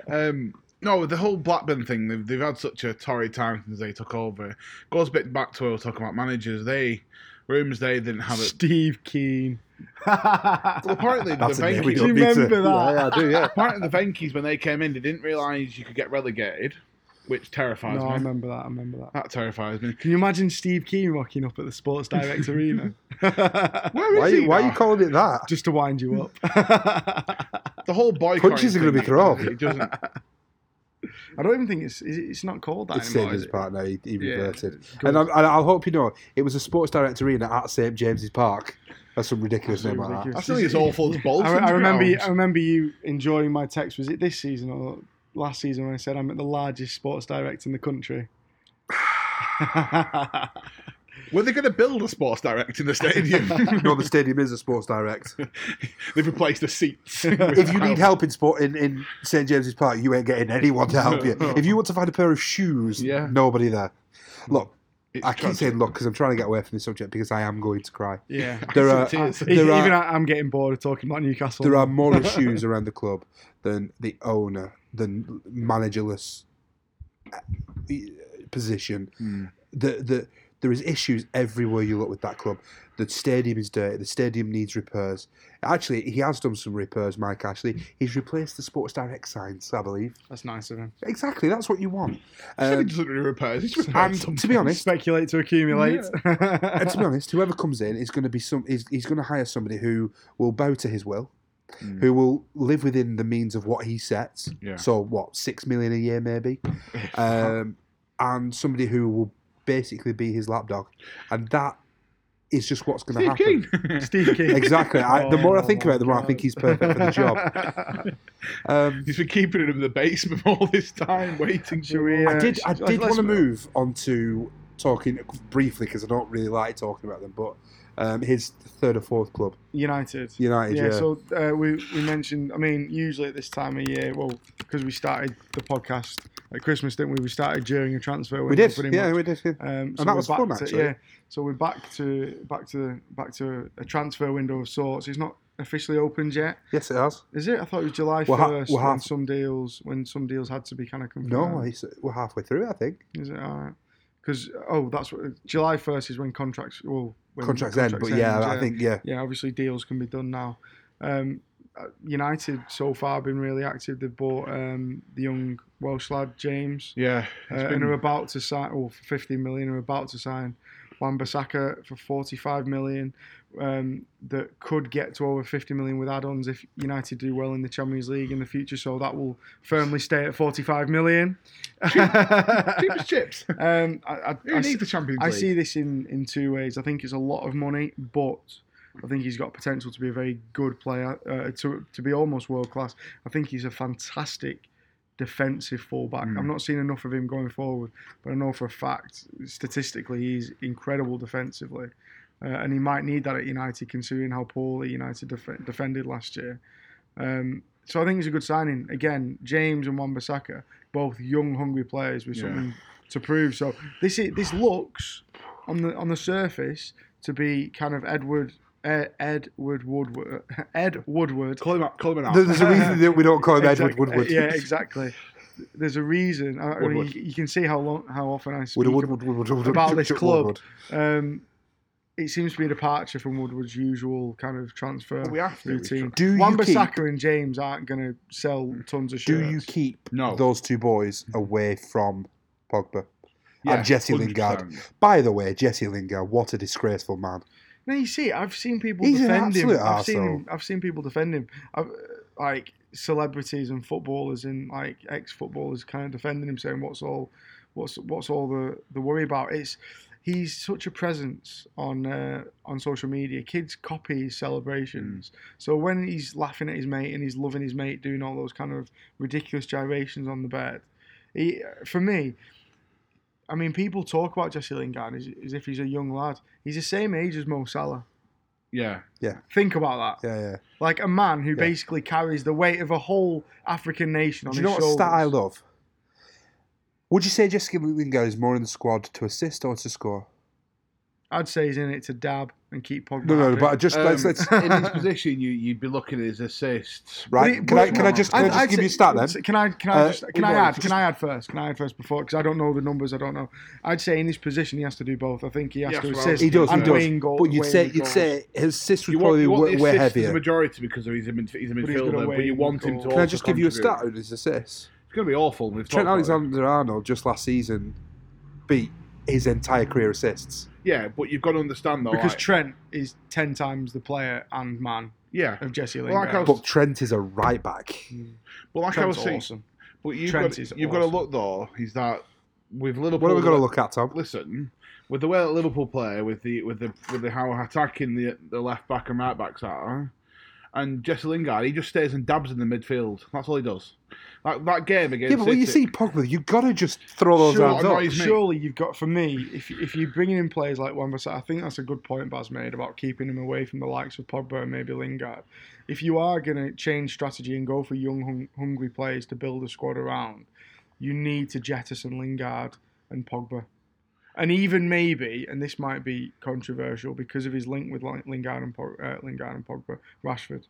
[SPEAKER 3] Um, no, the whole Blackburn thing, they've, they've had such a torrid time since they took over. Goes a bit back to where we were talking about managers. They, Roomsday didn't have it.
[SPEAKER 2] Steve Keane.
[SPEAKER 3] Well, apparently, the
[SPEAKER 1] That's a name we
[SPEAKER 3] Venkies,
[SPEAKER 2] Do you
[SPEAKER 1] don't need to.
[SPEAKER 2] remember that?
[SPEAKER 1] Yeah, I do, yeah.
[SPEAKER 3] apparently the Venkies, when they came in, they didn't realise you could get relegated, which terrifies
[SPEAKER 2] No,
[SPEAKER 3] me.
[SPEAKER 2] I remember that. I remember that.
[SPEAKER 3] That terrifies me.
[SPEAKER 2] Can you imagine Steve Keane rocking up at the Sports Direct Arena
[SPEAKER 3] Where is
[SPEAKER 1] Why,
[SPEAKER 3] he?
[SPEAKER 1] why are
[SPEAKER 3] now?
[SPEAKER 1] you calling it that?
[SPEAKER 2] just to wind you up?
[SPEAKER 3] the whole boycott?
[SPEAKER 1] Punches are gonna be thrown.
[SPEAKER 3] It doesn't.
[SPEAKER 2] I don't even think it's is it- it's not called that
[SPEAKER 1] It's
[SPEAKER 2] anymore. is
[SPEAKER 1] Saviour's
[SPEAKER 2] it?
[SPEAKER 1] Park now. He, he
[SPEAKER 2] Yeah,
[SPEAKER 1] reverted,
[SPEAKER 2] good.
[SPEAKER 1] and, I'm, and I'll hope you know it was a sports director arena at St James's Park. That's some ridiculous name like that.
[SPEAKER 3] I still think it's awful. It's bolts.
[SPEAKER 2] I, I
[SPEAKER 3] in the
[SPEAKER 2] remember. You,
[SPEAKER 3] ground.
[SPEAKER 2] I remember you enjoying my text. Was it this season or last season when I said I'm at the largest sports direct in the country?
[SPEAKER 3] Were they going to build a sports direct in the stadium?
[SPEAKER 1] no, the stadium is a sports direct.
[SPEAKER 3] They've replaced the seats.
[SPEAKER 1] if you need help in sport in, in St James's Park, you ain't getting anyone to help you.
[SPEAKER 3] No.
[SPEAKER 1] If you want to find a pair of shoes,
[SPEAKER 3] Yeah.
[SPEAKER 1] nobody there. Look,
[SPEAKER 3] It's
[SPEAKER 1] I keep
[SPEAKER 3] tragic.
[SPEAKER 1] saying look because I'm trying to get away from the subject because I am going to cry.
[SPEAKER 2] yeah.
[SPEAKER 1] There are
[SPEAKER 3] It is.
[SPEAKER 2] E-
[SPEAKER 1] there
[SPEAKER 2] even
[SPEAKER 1] are
[SPEAKER 2] I, I'm getting bored of talking about Newcastle.
[SPEAKER 1] there are more issues around the club than the owner, than managerless uh, position.
[SPEAKER 3] Hmm.
[SPEAKER 1] the, the, there is issues everywhere you look with that club. The stadium is dirty. The stadium needs repairs. Actually, he has done some repairs, Mike Ashley. He's replaced the Sports Direct signs, I believe.
[SPEAKER 2] That's nice of him.
[SPEAKER 1] Exactly, that's what you want.
[SPEAKER 3] Said he
[SPEAKER 1] Um,
[SPEAKER 3] doesn't really repairs. He's repaired
[SPEAKER 1] and to
[SPEAKER 3] something.
[SPEAKER 1] be honest,
[SPEAKER 2] Speculate to accumulate.
[SPEAKER 1] and to be honest, whoever comes in is going to be some. Is, he's going to hire somebody who will bow to his will,
[SPEAKER 3] Mm.
[SPEAKER 1] who will live within the means of what he sets.
[SPEAKER 3] Yeah.
[SPEAKER 1] So what, six million a year maybe, um, and somebody who will basically be his lapdog, and that is just what's going to
[SPEAKER 3] Steve
[SPEAKER 1] happen.
[SPEAKER 3] Keane.
[SPEAKER 2] Steve Keane.
[SPEAKER 1] Exactly. I, the
[SPEAKER 2] Oh
[SPEAKER 1] more I think
[SPEAKER 2] my
[SPEAKER 1] about it, the more I
[SPEAKER 2] God.
[SPEAKER 1] think he's perfect for the job. Um,
[SPEAKER 3] He's been keeping it in the basement all this time, waiting.
[SPEAKER 2] Should
[SPEAKER 3] for
[SPEAKER 2] we,
[SPEAKER 1] I
[SPEAKER 2] uh,
[SPEAKER 1] did. I
[SPEAKER 2] should-
[SPEAKER 1] did want
[SPEAKER 2] let's-
[SPEAKER 1] to move on to talking briefly because I don't really like talking about them. But um, his third or fourth club,
[SPEAKER 2] United.
[SPEAKER 1] United. Yeah.
[SPEAKER 2] Yeah, so uh, we, we mentioned, I mean, usually at this time of year, well, because we started the podcast at Christmas, didn't we? We started during a transfer
[SPEAKER 1] we
[SPEAKER 2] window,
[SPEAKER 1] did.
[SPEAKER 2] pretty
[SPEAKER 1] Yeah,
[SPEAKER 2] much.
[SPEAKER 1] we did. yeah.
[SPEAKER 2] Um,
[SPEAKER 1] that
[SPEAKER 2] we're
[SPEAKER 1] was
[SPEAKER 2] back
[SPEAKER 1] fun,
[SPEAKER 2] to-
[SPEAKER 1] actually.
[SPEAKER 2] Yeah, so we're back to back to back to a transfer window of sorts. It's not officially opened yet,
[SPEAKER 1] Yes, it has.
[SPEAKER 2] is it? I thought it was July
[SPEAKER 1] We're ha-
[SPEAKER 2] first
[SPEAKER 1] we're
[SPEAKER 2] when
[SPEAKER 1] half-
[SPEAKER 2] some deals when some deals had to be kind of confirmed.
[SPEAKER 1] No, it's, we're halfway through. it, I think
[SPEAKER 2] Is it alright? Because oh, that's what July first is when contracts. Well, when
[SPEAKER 1] contracts, end. But yeah,
[SPEAKER 2] end,
[SPEAKER 1] I think yeah.
[SPEAKER 2] yeah. Obviously, deals can be done now. Um, uh, United so far have been really active. They've bought um, the young Welsh lad James,
[SPEAKER 3] Yeah, um,
[SPEAKER 2] uh,
[SPEAKER 3] it's
[SPEAKER 2] and
[SPEAKER 3] been-
[SPEAKER 2] are about to sign. Well, for fifty million, are about to sign Wan Bissaka for forty-five million. Um, that could get to over fifty million with add-ons if United do well in the Champions League in the future. So that will firmly stay at forty-five million.
[SPEAKER 3] cheap as chips.
[SPEAKER 2] Um, I, I,
[SPEAKER 3] Who
[SPEAKER 2] I
[SPEAKER 3] needs
[SPEAKER 2] see,
[SPEAKER 3] the Champions League?
[SPEAKER 2] I see this in, in two ways. I think it's a lot of money, but I think he's got potential to be a very good player, uh, to, to be almost world class. I think he's a fantastic defensive fullback.
[SPEAKER 3] Mm.
[SPEAKER 2] I've not seen enough of him going forward, but I know for a fact, statistically, he's incredible defensively. Uh, and he might need that at United, considering how poorly United def- defended last year. Um, so I think it's a good signing. Again, James and Wan Bissaka, both young, hungry players with
[SPEAKER 3] Yeah.
[SPEAKER 2] something to prove. So this is, this looks on the on the surface to be kind of Edward Ed, Edward Woodward Ed Woodward.
[SPEAKER 3] Call him up. Call him out.
[SPEAKER 1] There- There's a reason that we don't call him Edward
[SPEAKER 2] Exact-
[SPEAKER 1] Woodward.
[SPEAKER 2] Yeah, exactly. There's a reason. I, I mean,
[SPEAKER 3] Woodward.
[SPEAKER 2] you, you can see how long how often I speak
[SPEAKER 1] Woodward, Woodward, Woodward, Woodward,
[SPEAKER 2] about this
[SPEAKER 1] Woodward,
[SPEAKER 2] club.
[SPEAKER 1] Woodward.
[SPEAKER 2] Um, it seems to be a departure from Woodward's usual kind of transfer
[SPEAKER 3] we have to.
[SPEAKER 2] routine.
[SPEAKER 1] Do you
[SPEAKER 2] Wan
[SPEAKER 1] keep?
[SPEAKER 2] Bissaka and James aren't going to sell tons of shirts.
[SPEAKER 1] Do you keep
[SPEAKER 3] No.
[SPEAKER 1] those two boys away from Pogba?
[SPEAKER 3] Yeah,
[SPEAKER 1] and Jesse Lingard.
[SPEAKER 3] 100%.
[SPEAKER 1] By the way, Jesse Lingard, what a disgraceful man.
[SPEAKER 2] No, you see, I've seen people
[SPEAKER 1] He's an
[SPEAKER 2] defend him.
[SPEAKER 1] absolute
[SPEAKER 2] I've seen
[SPEAKER 1] arsehole.
[SPEAKER 2] him. I've seen people defend him. I've, uh, like celebrities and footballers and like ex-footballers kind of defending him, saying, "What's all, what's what's all the the worry about?" It's he's such a presence on uh, on social media. Kids copy his celebrations.
[SPEAKER 1] Hmm.
[SPEAKER 2] So when he's laughing at his mate and he's loving his mate, doing all those kind of ridiculous gyrations on the bed, he for me. I mean, people talk about Jesse Lingard as, as if he's a young lad. He's the same age as Mo Salah.
[SPEAKER 3] Yeah,
[SPEAKER 2] Think about that.
[SPEAKER 1] Yeah, yeah.
[SPEAKER 2] Like a man who basically carries the weight of a whole African nation on
[SPEAKER 1] Do you
[SPEAKER 2] his
[SPEAKER 1] know what
[SPEAKER 2] shoulders.
[SPEAKER 1] stat I love? Would you say Jessica Lingard is more in the squad to assist or to score?
[SPEAKER 2] I'd say he's in it to dab and keep Pogba.
[SPEAKER 1] No, no,
[SPEAKER 2] happy.
[SPEAKER 1] but I just let's,
[SPEAKER 3] Um,
[SPEAKER 1] let's
[SPEAKER 3] in his position, you you'd be looking at his assists.
[SPEAKER 1] right.
[SPEAKER 2] But it-
[SPEAKER 1] can
[SPEAKER 2] but
[SPEAKER 1] I can I just can I
[SPEAKER 2] I'd-
[SPEAKER 1] just
[SPEAKER 2] I'd
[SPEAKER 1] give
[SPEAKER 2] say-
[SPEAKER 1] you a stat then?
[SPEAKER 2] Can I can I
[SPEAKER 1] Uh,
[SPEAKER 2] just, can
[SPEAKER 1] go
[SPEAKER 2] I
[SPEAKER 1] on,
[SPEAKER 2] add
[SPEAKER 1] just-
[SPEAKER 2] can I add first? Can I add first before because I don't know the numbers. I don't know. I'd say in his position he has to do both. I think he has
[SPEAKER 3] Yeah,
[SPEAKER 2] to
[SPEAKER 3] that's what
[SPEAKER 2] assist.
[SPEAKER 3] I was
[SPEAKER 1] He does, he
[SPEAKER 2] and
[SPEAKER 1] does.
[SPEAKER 2] weighing goal-
[SPEAKER 1] But you'd
[SPEAKER 2] weighing
[SPEAKER 1] say you'd
[SPEAKER 2] goals.
[SPEAKER 1] say his assist would
[SPEAKER 3] You want,
[SPEAKER 1] probably
[SPEAKER 3] you want
[SPEAKER 1] way,
[SPEAKER 3] the
[SPEAKER 1] way
[SPEAKER 3] assists as
[SPEAKER 1] heavier.
[SPEAKER 3] a majority because of he's a, midf- he's a
[SPEAKER 2] he's gonna
[SPEAKER 3] midfielder, but
[SPEAKER 2] win
[SPEAKER 3] you want him to.
[SPEAKER 2] goals.
[SPEAKER 1] Can I
[SPEAKER 3] also
[SPEAKER 1] just give you a
[SPEAKER 3] contribute.
[SPEAKER 1] stat on his assists?
[SPEAKER 3] It's going to be awful. We've
[SPEAKER 1] Trent
[SPEAKER 3] talked about it.
[SPEAKER 1] Alexander Arnold just last season beat his entire career assists.
[SPEAKER 3] Yeah, but you've got to understand though.
[SPEAKER 2] because
[SPEAKER 3] like-
[SPEAKER 2] Trent is ten times the player and man
[SPEAKER 3] yeah,
[SPEAKER 2] of Jesse
[SPEAKER 3] Well, like
[SPEAKER 2] Lingard.
[SPEAKER 3] I was-
[SPEAKER 1] But Trent is a right back.
[SPEAKER 3] but like
[SPEAKER 2] Trent's
[SPEAKER 3] I was saying,
[SPEAKER 2] awesome.
[SPEAKER 3] but you've
[SPEAKER 2] Trent
[SPEAKER 3] got
[SPEAKER 2] is
[SPEAKER 3] you've got to
[SPEAKER 2] awesome.
[SPEAKER 3] look though. Is that with Liverpool?
[SPEAKER 1] What are we going to look at, Tom?
[SPEAKER 3] Listen, with the way that Liverpool play, with the with the with the how attacking the the left back and right backs are, and Jesse Lingard, he just stays and dabs in the midfield. That's all he does. That that game against
[SPEAKER 1] Yeah, but when you
[SPEAKER 3] City-
[SPEAKER 1] see Pogba, you've got to just throw those
[SPEAKER 2] Sure,
[SPEAKER 1] hands
[SPEAKER 3] I know
[SPEAKER 1] up.
[SPEAKER 3] he's- mate.
[SPEAKER 2] Surely you've got for me if if you're bringing in players like Wan-Bissaka, I think that's a good point Baz made about keeping him away from the likes of Pogba and maybe Lingard. If you are going to change strategy and go for young hung, hungry players to build a squad around, you need to jettison Lingard and Pogba. And even maybe, and this might be controversial because of his link with Lin- Lingard and Pog, uh, Lingard and Pogba, Rashford.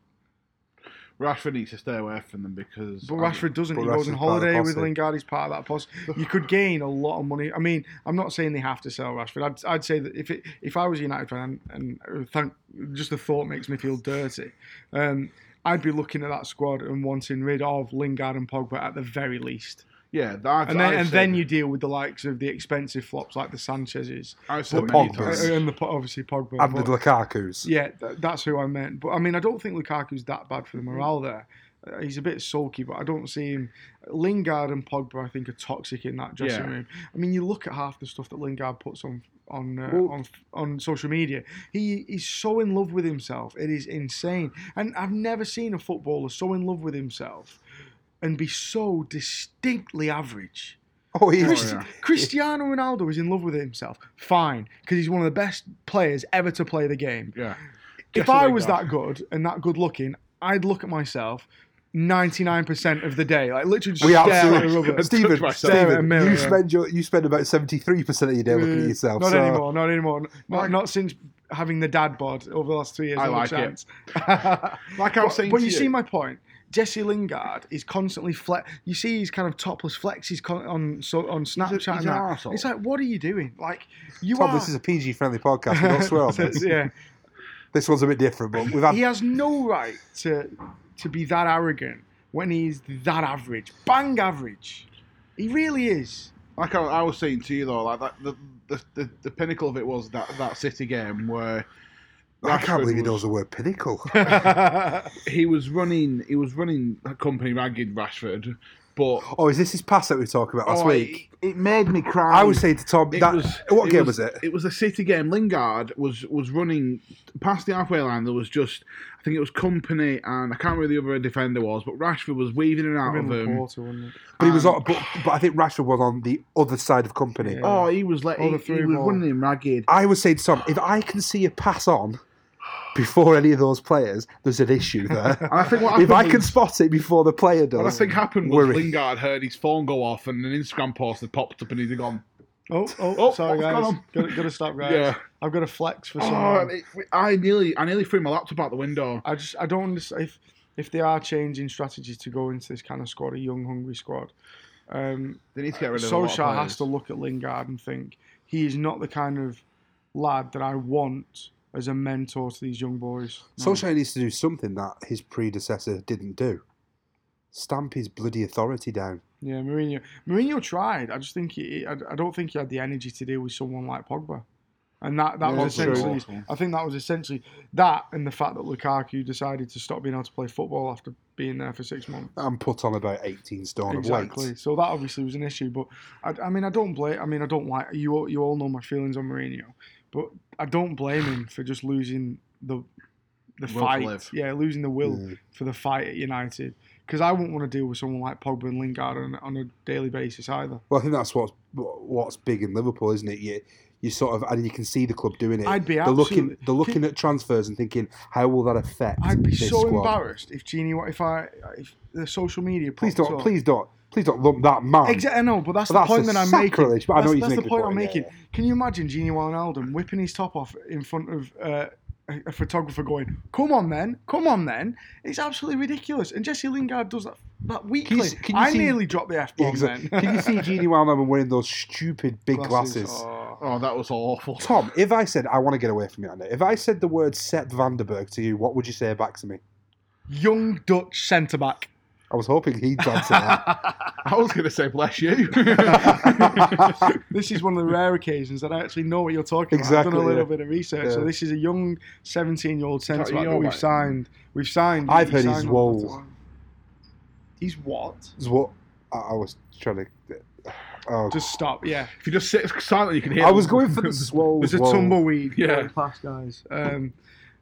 [SPEAKER 3] Rashford needs to stay away from them because
[SPEAKER 2] But Rashford doesn't.
[SPEAKER 1] But
[SPEAKER 2] he goes on
[SPEAKER 1] Rashford's part of the
[SPEAKER 2] holiday with
[SPEAKER 1] posse.
[SPEAKER 2] Lingard. He's part of that posse. You could gain a lot of money. I mean, I'm not saying they have to sell Rashford. I'd, I'd say that if it, if I was a United fan, and, and thank, just the thought makes me feel dirty. Um, I'd be looking at that squad and wanting rid of Lingard and Pogba at the very least,
[SPEAKER 3] yeah, that's,
[SPEAKER 2] and then and then you deal with the likes of the expensive flops like the Sanchez's
[SPEAKER 3] I
[SPEAKER 1] The
[SPEAKER 3] said many
[SPEAKER 1] Pogbas.
[SPEAKER 3] times.
[SPEAKER 2] and the obviously Pogba.
[SPEAKER 1] And
[SPEAKER 2] but-
[SPEAKER 1] the Lukaku's.
[SPEAKER 2] yeah, th- that's who I meant. But I mean, I don't think Lukaku's that bad for the morale there. Uh, he's a bit sulky, but I don't see him. Lingard and Pogba, I think, are toxic in that dressing
[SPEAKER 3] Yeah.
[SPEAKER 2] room. I mean, you look at half the stuff that Lingard puts on on uh,
[SPEAKER 1] Well-
[SPEAKER 2] on on social media. He he's so in love with himself. It is insane, and I've never seen a footballer so in love with himself and be so distinctly average.
[SPEAKER 1] Oh, he
[SPEAKER 2] Christi-
[SPEAKER 1] is.
[SPEAKER 3] yeah.
[SPEAKER 2] Cristiano Ronaldo is in love with himself. Fine, because he's one of the best players ever to play the game
[SPEAKER 3] Yeah.
[SPEAKER 2] if
[SPEAKER 3] Jesse
[SPEAKER 2] I was
[SPEAKER 3] Lingard.
[SPEAKER 2] that good and that good looking, I'd look at myself 99% of the day. Like, literally just
[SPEAKER 1] We
[SPEAKER 2] stare at the
[SPEAKER 1] absolutely.
[SPEAKER 2] rubber.
[SPEAKER 3] Touch
[SPEAKER 1] Stephen,
[SPEAKER 3] myself.
[SPEAKER 2] Stare at a
[SPEAKER 1] Stephen
[SPEAKER 2] mirror,
[SPEAKER 1] you,
[SPEAKER 2] yeah.
[SPEAKER 1] spend your, you spend about 73% of your day looking
[SPEAKER 2] Uh,
[SPEAKER 1] at yourself.
[SPEAKER 2] Not
[SPEAKER 1] so-
[SPEAKER 2] anymore, not anymore. Not,
[SPEAKER 3] Like-
[SPEAKER 2] not since having the dad bod over the last three years.
[SPEAKER 3] I
[SPEAKER 2] not a
[SPEAKER 3] like it.
[SPEAKER 2] chance.
[SPEAKER 3] Like I was
[SPEAKER 2] but,
[SPEAKER 3] saying
[SPEAKER 2] but
[SPEAKER 3] to
[SPEAKER 2] you
[SPEAKER 3] you-
[SPEAKER 2] see my point. Jesse Lingard is constantly flex. You see his kind of topless flexes con- on so on Snapchat
[SPEAKER 3] he's
[SPEAKER 2] and
[SPEAKER 3] an
[SPEAKER 2] that.
[SPEAKER 3] arsehole.
[SPEAKER 2] It's like, what are you doing? Like, you
[SPEAKER 1] Tom,
[SPEAKER 2] are.
[SPEAKER 1] this is a PG friendly podcast. We don't swear on this.
[SPEAKER 2] yeah.
[SPEAKER 1] This one's a bit different, but we've had.
[SPEAKER 2] he has no right to to be that arrogant when he's that average, bang average. He really is.
[SPEAKER 3] like I, I was saying to you though, like that the, the, the, the pinnacle of it was that, that City game where
[SPEAKER 1] I can't
[SPEAKER 3] Rashford
[SPEAKER 1] believe he
[SPEAKER 3] was-
[SPEAKER 1] knows the word pinnacle.
[SPEAKER 3] he was running he was running a company ragged Rashford, but
[SPEAKER 1] oh, is this his pass that we were talking about last
[SPEAKER 3] Oh,
[SPEAKER 1] week?
[SPEAKER 3] it, it made me cry.
[SPEAKER 1] I would say to Tom,
[SPEAKER 3] It
[SPEAKER 1] that, what game was, it?
[SPEAKER 3] It was a City game. Lingard was was running past the halfway line. There was just, I think it was Company, and I can't remember who the other defender was, but Rashford was weaving in and out of him.
[SPEAKER 1] But he was
[SPEAKER 3] Um,
[SPEAKER 1] on, but, but I think Rashford was on the other side of company.
[SPEAKER 2] Yeah.
[SPEAKER 3] Oh, he was like
[SPEAKER 2] Oh,
[SPEAKER 3] he,
[SPEAKER 2] the
[SPEAKER 3] he
[SPEAKER 2] through
[SPEAKER 3] was
[SPEAKER 2] ball.
[SPEAKER 3] running him ragged.
[SPEAKER 1] I would say to Tom, if I can see a pass on before any of those players, there's an issue there.
[SPEAKER 3] And I think what
[SPEAKER 1] if I
[SPEAKER 3] happened
[SPEAKER 1] can
[SPEAKER 3] was-
[SPEAKER 1] spot it before the player
[SPEAKER 3] what I
[SPEAKER 1] does,
[SPEAKER 3] think happened was
[SPEAKER 1] worry.
[SPEAKER 3] Lingard heard his phone go off and an Instagram post had popped up and he'd gone.
[SPEAKER 2] Oh, oh,
[SPEAKER 3] Oh,
[SPEAKER 2] sorry
[SPEAKER 3] what's
[SPEAKER 2] guys.
[SPEAKER 3] gone on?
[SPEAKER 2] Gotta, gotta stop, guys.
[SPEAKER 3] Yeah.
[SPEAKER 2] I've got a flex for
[SPEAKER 3] Oh,
[SPEAKER 2] someone.
[SPEAKER 3] and it, I nearly, I nearly threw my laptop out the window.
[SPEAKER 2] I just I don't understand if if they are changing strategies to go into this kind of squad, a young, hungry squad. Um,
[SPEAKER 3] They need to get rid of. a lot of
[SPEAKER 2] Solskjaer has
[SPEAKER 3] players.
[SPEAKER 2] to look at Lingard and think he is not the kind of lad that I want as a mentor to these young boys.
[SPEAKER 1] Solskjaer needs to do something that his predecessor didn't do. Stamp his bloody authority down.
[SPEAKER 2] Yeah, Mourinho. Mourinho tried. I just think he. I, I don't think he had the energy to deal with someone like Pogba, and that that
[SPEAKER 3] Yeah,
[SPEAKER 2] was
[SPEAKER 3] that's true.
[SPEAKER 2] essentially. I think that was essentially that, and the fact that Lukaku decided to stop being able to play football after being there for six months.
[SPEAKER 1] And put on about 18 stone of
[SPEAKER 2] Exactly.
[SPEAKER 1] weight.
[SPEAKER 2] So that obviously was an issue, but I, I mean, I don't blame. I mean, I don't like you. all- You all know my feelings on Mourinho, but I don't blame him for just losing the the
[SPEAKER 3] Will to
[SPEAKER 2] fight.
[SPEAKER 3] live.
[SPEAKER 2] Yeah, losing the will
[SPEAKER 1] Mm.
[SPEAKER 2] for the fight at United. Because I wouldn't want to deal with someone like Pogba and Lingard on, on a daily basis either.
[SPEAKER 1] Well, I think that's what's what's big in Liverpool, isn't it? You you sort of and you can see the club doing it.
[SPEAKER 2] I'd be
[SPEAKER 1] they're looking
[SPEAKER 2] absolutely-
[SPEAKER 1] they're looking at transfers and thinking how will that affect?
[SPEAKER 2] I'd be
[SPEAKER 1] this
[SPEAKER 2] so
[SPEAKER 1] squad?
[SPEAKER 2] embarrassed if Genie, if I, if the social media.
[SPEAKER 1] Please
[SPEAKER 2] popped
[SPEAKER 1] don't,
[SPEAKER 2] up.
[SPEAKER 1] please don't, please don't lump that man.
[SPEAKER 2] Exactly, no, but that's
[SPEAKER 1] But
[SPEAKER 2] the
[SPEAKER 1] that's
[SPEAKER 2] point
[SPEAKER 1] a
[SPEAKER 2] that I'm making.
[SPEAKER 1] sacrilege,
[SPEAKER 2] That's,
[SPEAKER 1] but I know what you
[SPEAKER 2] that's
[SPEAKER 1] think
[SPEAKER 2] the
[SPEAKER 1] of
[SPEAKER 2] point
[SPEAKER 1] the
[SPEAKER 2] I'm
[SPEAKER 1] point, yeah,
[SPEAKER 2] making. Can you imagine Genie Wijnaldum whipping his top off in front of uh, a, a photographer going, "Come on, then, come on, then"? It's absolutely ridiculous. And Jesse Lingard does that that weekly.
[SPEAKER 1] s- can you
[SPEAKER 2] I
[SPEAKER 1] see-
[SPEAKER 2] nearly dropped the f
[SPEAKER 1] Yeah,
[SPEAKER 2] bomb.
[SPEAKER 1] exactly.
[SPEAKER 2] Then.
[SPEAKER 1] Can you see Genie Wijnaldum wearing those stupid big glasses?
[SPEAKER 2] Oh.
[SPEAKER 3] Oh, that was awful.
[SPEAKER 1] Tom, if I said I want to get away from you, Andy, if I said the word Sepp Vanderberg to you, what would you say back to me?
[SPEAKER 2] Young Dutch centre back.
[SPEAKER 1] I was hoping he'd answer that.
[SPEAKER 3] I was going to say, bless you.
[SPEAKER 2] This is one of the rare occasions that I actually know what you're talking
[SPEAKER 1] Exactly,
[SPEAKER 2] about. I've done a little
[SPEAKER 1] yeah.
[SPEAKER 2] bit of research.
[SPEAKER 1] Yeah.
[SPEAKER 2] So this is a young 17-year-old centre back
[SPEAKER 3] you
[SPEAKER 2] that
[SPEAKER 3] know
[SPEAKER 2] we've
[SPEAKER 3] about him?
[SPEAKER 2] signed. We've signed.
[SPEAKER 1] I've
[SPEAKER 2] we've
[SPEAKER 1] heard he's
[SPEAKER 2] signed-
[SPEAKER 1] Wol.
[SPEAKER 2] He's what?
[SPEAKER 1] Is what I I was trying to. Oh,
[SPEAKER 2] Just stop. Yeah.
[SPEAKER 3] if you just sit silent, you can hear.
[SPEAKER 1] I
[SPEAKER 3] them.
[SPEAKER 1] was going for the swole.
[SPEAKER 2] There's a
[SPEAKER 1] swole.
[SPEAKER 2] tumbleweed
[SPEAKER 3] Yeah.
[SPEAKER 2] going past, guys. Um,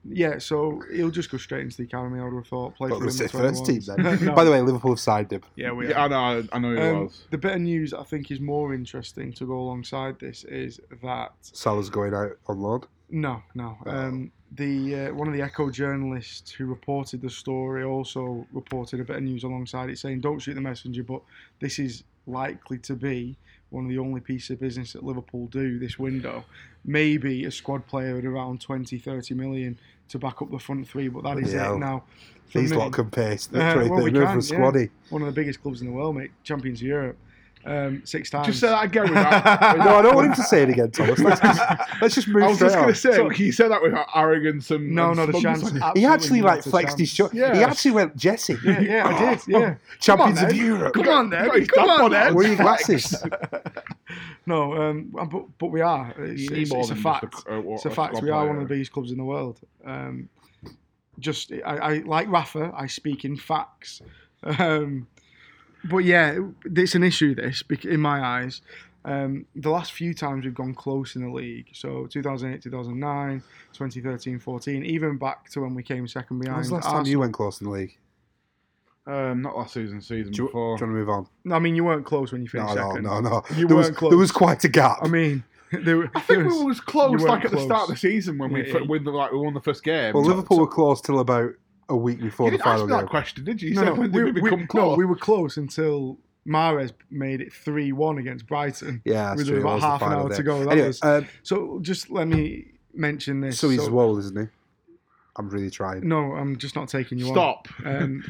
[SPEAKER 2] yeah, so he'll just go straight into the academy, I would have thought. Play
[SPEAKER 1] But
[SPEAKER 2] for
[SPEAKER 1] we'll
[SPEAKER 2] the
[SPEAKER 1] say
[SPEAKER 2] under
[SPEAKER 1] first team
[SPEAKER 2] 21s.
[SPEAKER 1] then.
[SPEAKER 2] No.
[SPEAKER 1] By the way, Liverpool have sided him.
[SPEAKER 2] yeah, we
[SPEAKER 3] Yeah, I know. I know it
[SPEAKER 2] are. Um,
[SPEAKER 3] was.
[SPEAKER 2] the better news, I think, is more interesting to go alongside this is that.
[SPEAKER 1] Salah's going out on loan.
[SPEAKER 2] No, no. Um, the uh, One of the Echo journalists who reported the story also reported a bit of news alongside it saying, don't shoot the messenger, but this is likely to be one of the only pieces of business that Liverpool do this window. Maybe a squad player at around 20, 30 million to back up the front three, but that is
[SPEAKER 1] Yeah.
[SPEAKER 2] it now. For
[SPEAKER 1] These
[SPEAKER 2] me,
[SPEAKER 1] lot can pay s-
[SPEAKER 2] Uh,
[SPEAKER 1] 20,
[SPEAKER 2] well, we
[SPEAKER 1] 30 million for a
[SPEAKER 2] can, yeah.
[SPEAKER 1] squaddy.
[SPEAKER 2] one of the biggest clubs in the world, mate. Champions of Europe. Um, six times.
[SPEAKER 3] Just say that again. Without,
[SPEAKER 1] No, I don't want him to say it again, Thomas. Let's just, let's just move
[SPEAKER 3] I was
[SPEAKER 1] straight
[SPEAKER 3] just going
[SPEAKER 1] on.
[SPEAKER 3] to say,
[SPEAKER 2] So-
[SPEAKER 3] he said that without arrogance and
[SPEAKER 2] no,
[SPEAKER 3] and
[SPEAKER 2] not a chance.
[SPEAKER 3] smugness.
[SPEAKER 1] He
[SPEAKER 2] Absolutely
[SPEAKER 1] actually like
[SPEAKER 2] not a
[SPEAKER 1] flexed his
[SPEAKER 2] chance.
[SPEAKER 1] shoulder.
[SPEAKER 3] Yeah.
[SPEAKER 1] He actually went Jesse,
[SPEAKER 2] Yeah, yeah, I did. Yeah.
[SPEAKER 1] champions
[SPEAKER 2] Come on,
[SPEAKER 1] of
[SPEAKER 2] then.
[SPEAKER 1] Europe.
[SPEAKER 2] Come on, then.
[SPEAKER 3] Got his
[SPEAKER 2] Come
[SPEAKER 3] dad
[SPEAKER 2] on,
[SPEAKER 3] bod
[SPEAKER 2] then.
[SPEAKER 3] on.
[SPEAKER 1] Where are your glasses?
[SPEAKER 2] No, um, but but we are. It's,
[SPEAKER 3] You need
[SPEAKER 2] it's,
[SPEAKER 3] more
[SPEAKER 2] it's a
[SPEAKER 3] than just
[SPEAKER 2] fact.
[SPEAKER 3] a- a-
[SPEAKER 2] it's a
[SPEAKER 3] a
[SPEAKER 2] fact.
[SPEAKER 3] squad
[SPEAKER 2] We are
[SPEAKER 3] player.
[SPEAKER 2] one of the biggest clubs in the world. Um, just I, I like Rafa. I speak in facts. Um, but yeah, it's an issue. This bec- in my eyes. Um, the last few times we've gone close in the league, so 2008, 2009, 2013, 14, even back to when we came second
[SPEAKER 1] When
[SPEAKER 2] behind.
[SPEAKER 1] was the last time you went close in the league?
[SPEAKER 3] Um, not last season, season
[SPEAKER 1] Do you, do you
[SPEAKER 3] before.
[SPEAKER 1] want to move on?
[SPEAKER 2] Arsenal. I mean, you weren't close when you
[SPEAKER 1] No,
[SPEAKER 2] finished
[SPEAKER 1] no,
[SPEAKER 2] second.
[SPEAKER 1] no, no.
[SPEAKER 2] You
[SPEAKER 1] there, was,
[SPEAKER 2] weren't close.
[SPEAKER 1] there was quite a gap.
[SPEAKER 2] I mean, they were,
[SPEAKER 3] I think
[SPEAKER 2] it
[SPEAKER 3] we
[SPEAKER 2] was-
[SPEAKER 3] was close,
[SPEAKER 2] you
[SPEAKER 3] like
[SPEAKER 2] weren't
[SPEAKER 3] at the start of the
[SPEAKER 2] close.
[SPEAKER 3] season when we
[SPEAKER 2] Yeah,
[SPEAKER 3] f- win the like we won the first game.
[SPEAKER 1] well,
[SPEAKER 3] So-
[SPEAKER 1] Liverpool
[SPEAKER 3] so-
[SPEAKER 1] were close till about a week before the
[SPEAKER 3] You didn't ask
[SPEAKER 1] final
[SPEAKER 3] me
[SPEAKER 1] game.
[SPEAKER 3] that question, did you? You
[SPEAKER 2] no,
[SPEAKER 3] said
[SPEAKER 2] no,
[SPEAKER 3] when did we, become
[SPEAKER 2] no,
[SPEAKER 3] close?
[SPEAKER 2] we were close until Mares made it 3 1 against Brighton.
[SPEAKER 1] Yeah, that's
[SPEAKER 2] with
[SPEAKER 1] true. That
[SPEAKER 2] about
[SPEAKER 1] was the
[SPEAKER 2] half an
[SPEAKER 1] final
[SPEAKER 2] hour
[SPEAKER 1] day.
[SPEAKER 2] to go. That
[SPEAKER 1] Anyway,
[SPEAKER 2] was,
[SPEAKER 1] um,
[SPEAKER 2] so just let me mention this.
[SPEAKER 1] so he's so, isn't he? I'm really trying.
[SPEAKER 2] No, I'm just not taking you on.
[SPEAKER 3] Stop.
[SPEAKER 2] Um,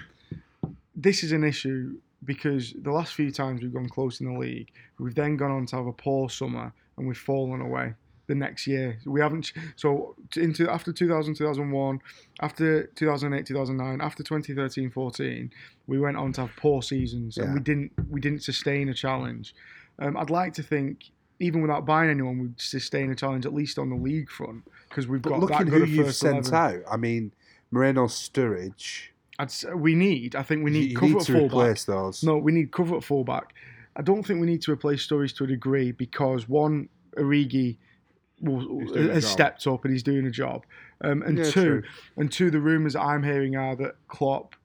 [SPEAKER 2] this is an issue because the last few times we've gone close in the league, we've then gone on to have a poor summer and we've fallen away the next year. We haven't so t- into after 2000, 2001, after 2008, 2009, after 2013, 14, we went on to have poor seasons and we
[SPEAKER 1] Yeah.
[SPEAKER 2] didn't we didn't sustain a challenge. Um, I'd like to think. Even without buying anyone, we'd sustain a challenge at least on the league front because we've
[SPEAKER 1] But
[SPEAKER 2] got
[SPEAKER 1] look
[SPEAKER 2] that
[SPEAKER 1] at
[SPEAKER 2] good
[SPEAKER 1] who
[SPEAKER 2] a
[SPEAKER 1] you've
[SPEAKER 2] first
[SPEAKER 1] sent
[SPEAKER 2] 11.
[SPEAKER 1] out. I mean, Moreno Sturridge.
[SPEAKER 2] I'd say we need. I think we
[SPEAKER 1] You-
[SPEAKER 2] need
[SPEAKER 1] you
[SPEAKER 2] cover
[SPEAKER 1] need
[SPEAKER 2] at
[SPEAKER 1] to
[SPEAKER 2] fullback.
[SPEAKER 1] replace those.
[SPEAKER 2] No, we need cover at fullback. I don't think we need to replace Sturridge to a degree because one, Origi will,
[SPEAKER 3] He's doing a
[SPEAKER 2] has
[SPEAKER 3] job.
[SPEAKER 2] stepped up and he's doing a job, um, and
[SPEAKER 1] Yeah,
[SPEAKER 2] two,
[SPEAKER 1] true.
[SPEAKER 2] and two, the rumours that I'm hearing are that Klopp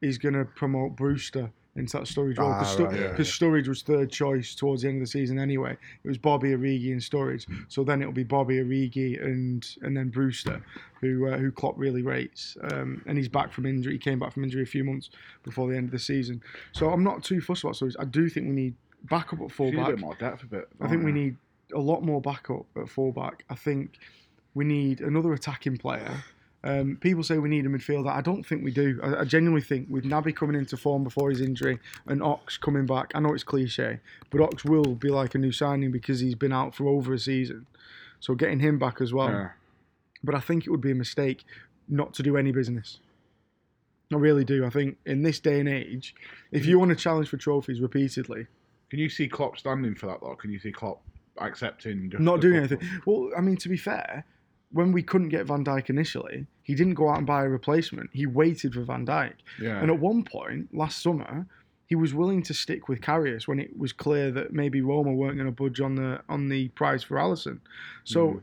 [SPEAKER 2] is going to promote Brewster into that Sturridge role
[SPEAKER 1] Ah,
[SPEAKER 2] because
[SPEAKER 1] right, yeah,
[SPEAKER 2] Sturridge was third choice towards the end of the season anyway. It was Bobby Origi and Sturridge, so then it'll be Bobby Origi and and then Brewster, who uh, who Klopp really rates, um, and he's back from injury. He came back from injury a few months before the end of the season, so I'm not too fussed about Sturridge. I do think we need backup at
[SPEAKER 3] You need a
[SPEAKER 2] fullback.
[SPEAKER 3] bit more Mm. depth, a bit.
[SPEAKER 2] I think we need a lot more backup at fullback. I think we need another attacking player. Um, people say we need a midfielder. I don't think we do. I, I genuinely think with Naby coming into form before his injury and Ox coming back, I know it's cliche, but Ox will be like a new signing because he's been out for over a season. So getting him back as well.
[SPEAKER 3] Yeah.
[SPEAKER 2] But I think it would be a mistake not to do any business. I really do. I think in this day and age, if you want to challenge for trophies repeatedly,
[SPEAKER 3] Can you see Klopp standing for that though? Can you see Klopp accepting? Just
[SPEAKER 2] not
[SPEAKER 3] the
[SPEAKER 2] doing
[SPEAKER 3] couple?
[SPEAKER 2] anything. Well, I mean, to be fair, when we couldn't get Van Dijk initially, he didn't go out and buy a replacement. He waited for Van Dijk.
[SPEAKER 3] Yeah.
[SPEAKER 2] And at one point last summer, he was willing to stick with Carrius when it was clear that maybe Roma weren't going to budge on the on the price for Allison. So.
[SPEAKER 3] Mm.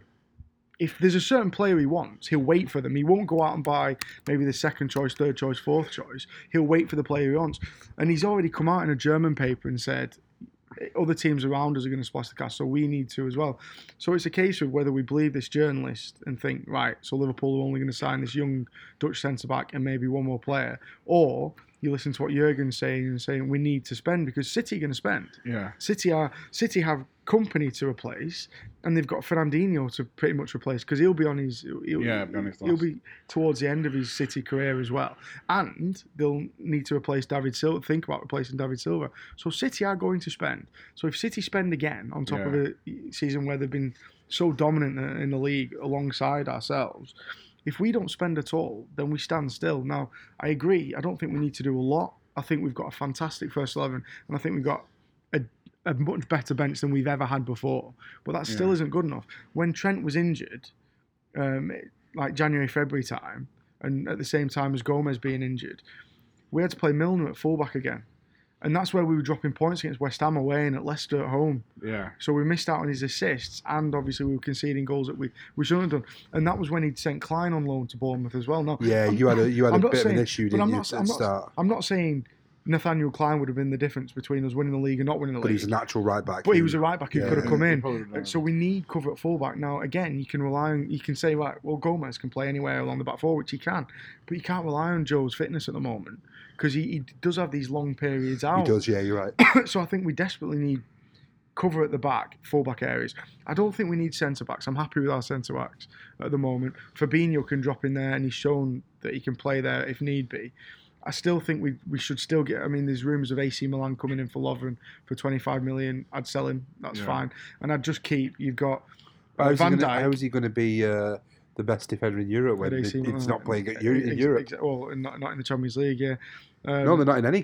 [SPEAKER 2] If there's a certain player he wants, he'll wait for them. He won't go out and buy maybe the second choice, third choice, fourth choice. He'll wait for the player he wants. And he's already come out in a German paper and said, other teams around us are going to splash the cash, so we need to as well. So it's a case of whether we believe this journalist and think, right, so Liverpool are only going to sign this young Dutch centre back and maybe one more player, or you listen to what Jurgen's saying and saying we need to spend because City are going to spend.
[SPEAKER 3] Yeah.
[SPEAKER 2] City are City have company to replace, and they've got Fernandinho to pretty much replace because he'll be on his he'll,
[SPEAKER 3] Yeah, be on his
[SPEAKER 2] he'll
[SPEAKER 3] last.
[SPEAKER 2] be towards the end of his City career as well, and they'll need to replace David Silva. Think about replacing David Silva. So City are going to spend. So if City spend again on top of
[SPEAKER 3] Yeah.
[SPEAKER 2] a season where they've been so dominant in the league alongside ourselves. If we don't spend at all, then we stand still. Now, I agree. I don't think we need to do a lot. I think we've got a fantastic first 11, and I think we've got a, a much better bench than we've ever had before. But that still
[SPEAKER 3] Yeah.
[SPEAKER 2] isn't good enough. When Trent was injured, um, it- like January, February time, and at the same time as Gomez being injured, we had to play Milner at fullback again. And that's where we were dropping points against West Ham away and at Leicester at home.
[SPEAKER 3] Yeah.
[SPEAKER 2] So we missed out on his assists, and obviously we were conceding goals that we, we shouldn't have done. And that was when he'd sent Klein on loan to Bournemouth as well. Now,
[SPEAKER 1] Yeah, you had a you had a
[SPEAKER 2] I'm
[SPEAKER 1] bit
[SPEAKER 2] not
[SPEAKER 1] of an
[SPEAKER 2] saying-
[SPEAKER 1] issue,
[SPEAKER 2] but
[SPEAKER 1] didn't
[SPEAKER 2] I'm
[SPEAKER 1] you,
[SPEAKER 2] not-
[SPEAKER 1] at
[SPEAKER 2] I'm
[SPEAKER 1] the
[SPEAKER 2] not-
[SPEAKER 1] start?
[SPEAKER 2] I'm not saying Nathaniel Klein would have been the difference between us winning the league and not winning the
[SPEAKER 1] But he
[SPEAKER 2] league.
[SPEAKER 1] was a natural right back.
[SPEAKER 2] but he was a right back who
[SPEAKER 1] Yeah.
[SPEAKER 2] could have come in.
[SPEAKER 3] Probably would've done.
[SPEAKER 2] So we need cover at fullback now. Again, you can rely on you can say right, well Gomez can play anywhere along the back four, which he can, but you can't rely on Joe's fitness at the moment because he, he does have these long periods
[SPEAKER 1] He
[SPEAKER 2] out.
[SPEAKER 1] does, yeah, you're right.
[SPEAKER 2] so I think we desperately need cover at the back, fullback areas. I don't think we need centre backs. I'm happy with our centre backs at the moment. Fabinho can drop in there, and he's shown that he can play there if need be. I still think we, we should still get. I mean, there's rumours of AC Milan coming in for Lovren for 25 million. I'd sell him. That's
[SPEAKER 3] Yeah.
[SPEAKER 2] fine. And I'd just keep. You've got
[SPEAKER 1] How is,
[SPEAKER 2] Van
[SPEAKER 1] he gonna,
[SPEAKER 2] Dijk-
[SPEAKER 1] how is he going to be uh, the best defender in Europe when
[SPEAKER 2] At
[SPEAKER 1] it-
[SPEAKER 2] AC
[SPEAKER 1] it's
[SPEAKER 2] Milan.
[SPEAKER 1] not playing at, Eu- in
[SPEAKER 2] ex-
[SPEAKER 1] Europe?
[SPEAKER 2] ex- well, not, not in the Champions League. Yeah. Um,
[SPEAKER 1] No, they're not in any.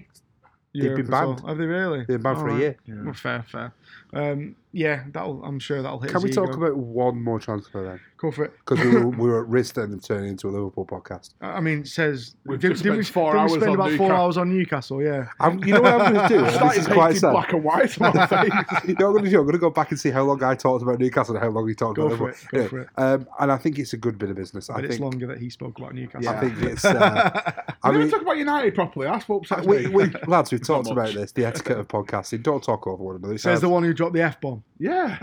[SPEAKER 1] been
[SPEAKER 2] Europe as well.
[SPEAKER 1] banned.
[SPEAKER 2] Have they really?
[SPEAKER 1] They're banned
[SPEAKER 2] All
[SPEAKER 1] for a
[SPEAKER 2] right.
[SPEAKER 1] year.
[SPEAKER 3] Yeah.
[SPEAKER 2] Well, fair, fair. Um, yeah, that'll. I'm sure that'll hit.
[SPEAKER 1] Can
[SPEAKER 2] his
[SPEAKER 1] we talk
[SPEAKER 2] ego.
[SPEAKER 1] about one more transfer then?
[SPEAKER 2] Go for it.
[SPEAKER 1] Because we were, we were at risk then of turning into a Liverpool podcast.
[SPEAKER 2] I I mean, it says
[SPEAKER 3] We've
[SPEAKER 2] did,
[SPEAKER 3] just
[SPEAKER 2] did
[SPEAKER 3] spent
[SPEAKER 2] we,
[SPEAKER 3] four
[SPEAKER 2] did we
[SPEAKER 3] hours
[SPEAKER 2] spend
[SPEAKER 3] on
[SPEAKER 2] about four
[SPEAKER 3] Newcastle.
[SPEAKER 2] hours on Newcastle? Yeah,
[SPEAKER 1] I'm, you know what I'm going to do? And this
[SPEAKER 3] Started
[SPEAKER 1] is quite
[SPEAKER 3] painting
[SPEAKER 1] sad.
[SPEAKER 3] black and white on my
[SPEAKER 1] you
[SPEAKER 3] face.
[SPEAKER 1] know what I'm going to do? I'm going to go back and see how long I talked about Newcastle and how long he talked
[SPEAKER 2] go
[SPEAKER 1] about
[SPEAKER 2] for
[SPEAKER 1] Liverpool.
[SPEAKER 2] it. Go
[SPEAKER 1] Anyway,
[SPEAKER 2] for it.
[SPEAKER 1] Um, and I think it's a good bit of business.
[SPEAKER 2] But
[SPEAKER 1] I
[SPEAKER 2] it's
[SPEAKER 1] think.
[SPEAKER 2] longer that he spoke about Newcastle.
[SPEAKER 1] I think it's. Uh,
[SPEAKER 2] yeah.
[SPEAKER 1] I
[SPEAKER 3] we
[SPEAKER 1] mean,
[SPEAKER 3] didn't talk about United properly. That's what upsets
[SPEAKER 1] we,
[SPEAKER 3] me.
[SPEAKER 1] we, lads, we've talked
[SPEAKER 3] much.
[SPEAKER 1] about this. The etiquette of podcasting. Don't talk over one another. It
[SPEAKER 2] says
[SPEAKER 1] sounds-
[SPEAKER 2] the one who dropped the f bomb.
[SPEAKER 3] yeah.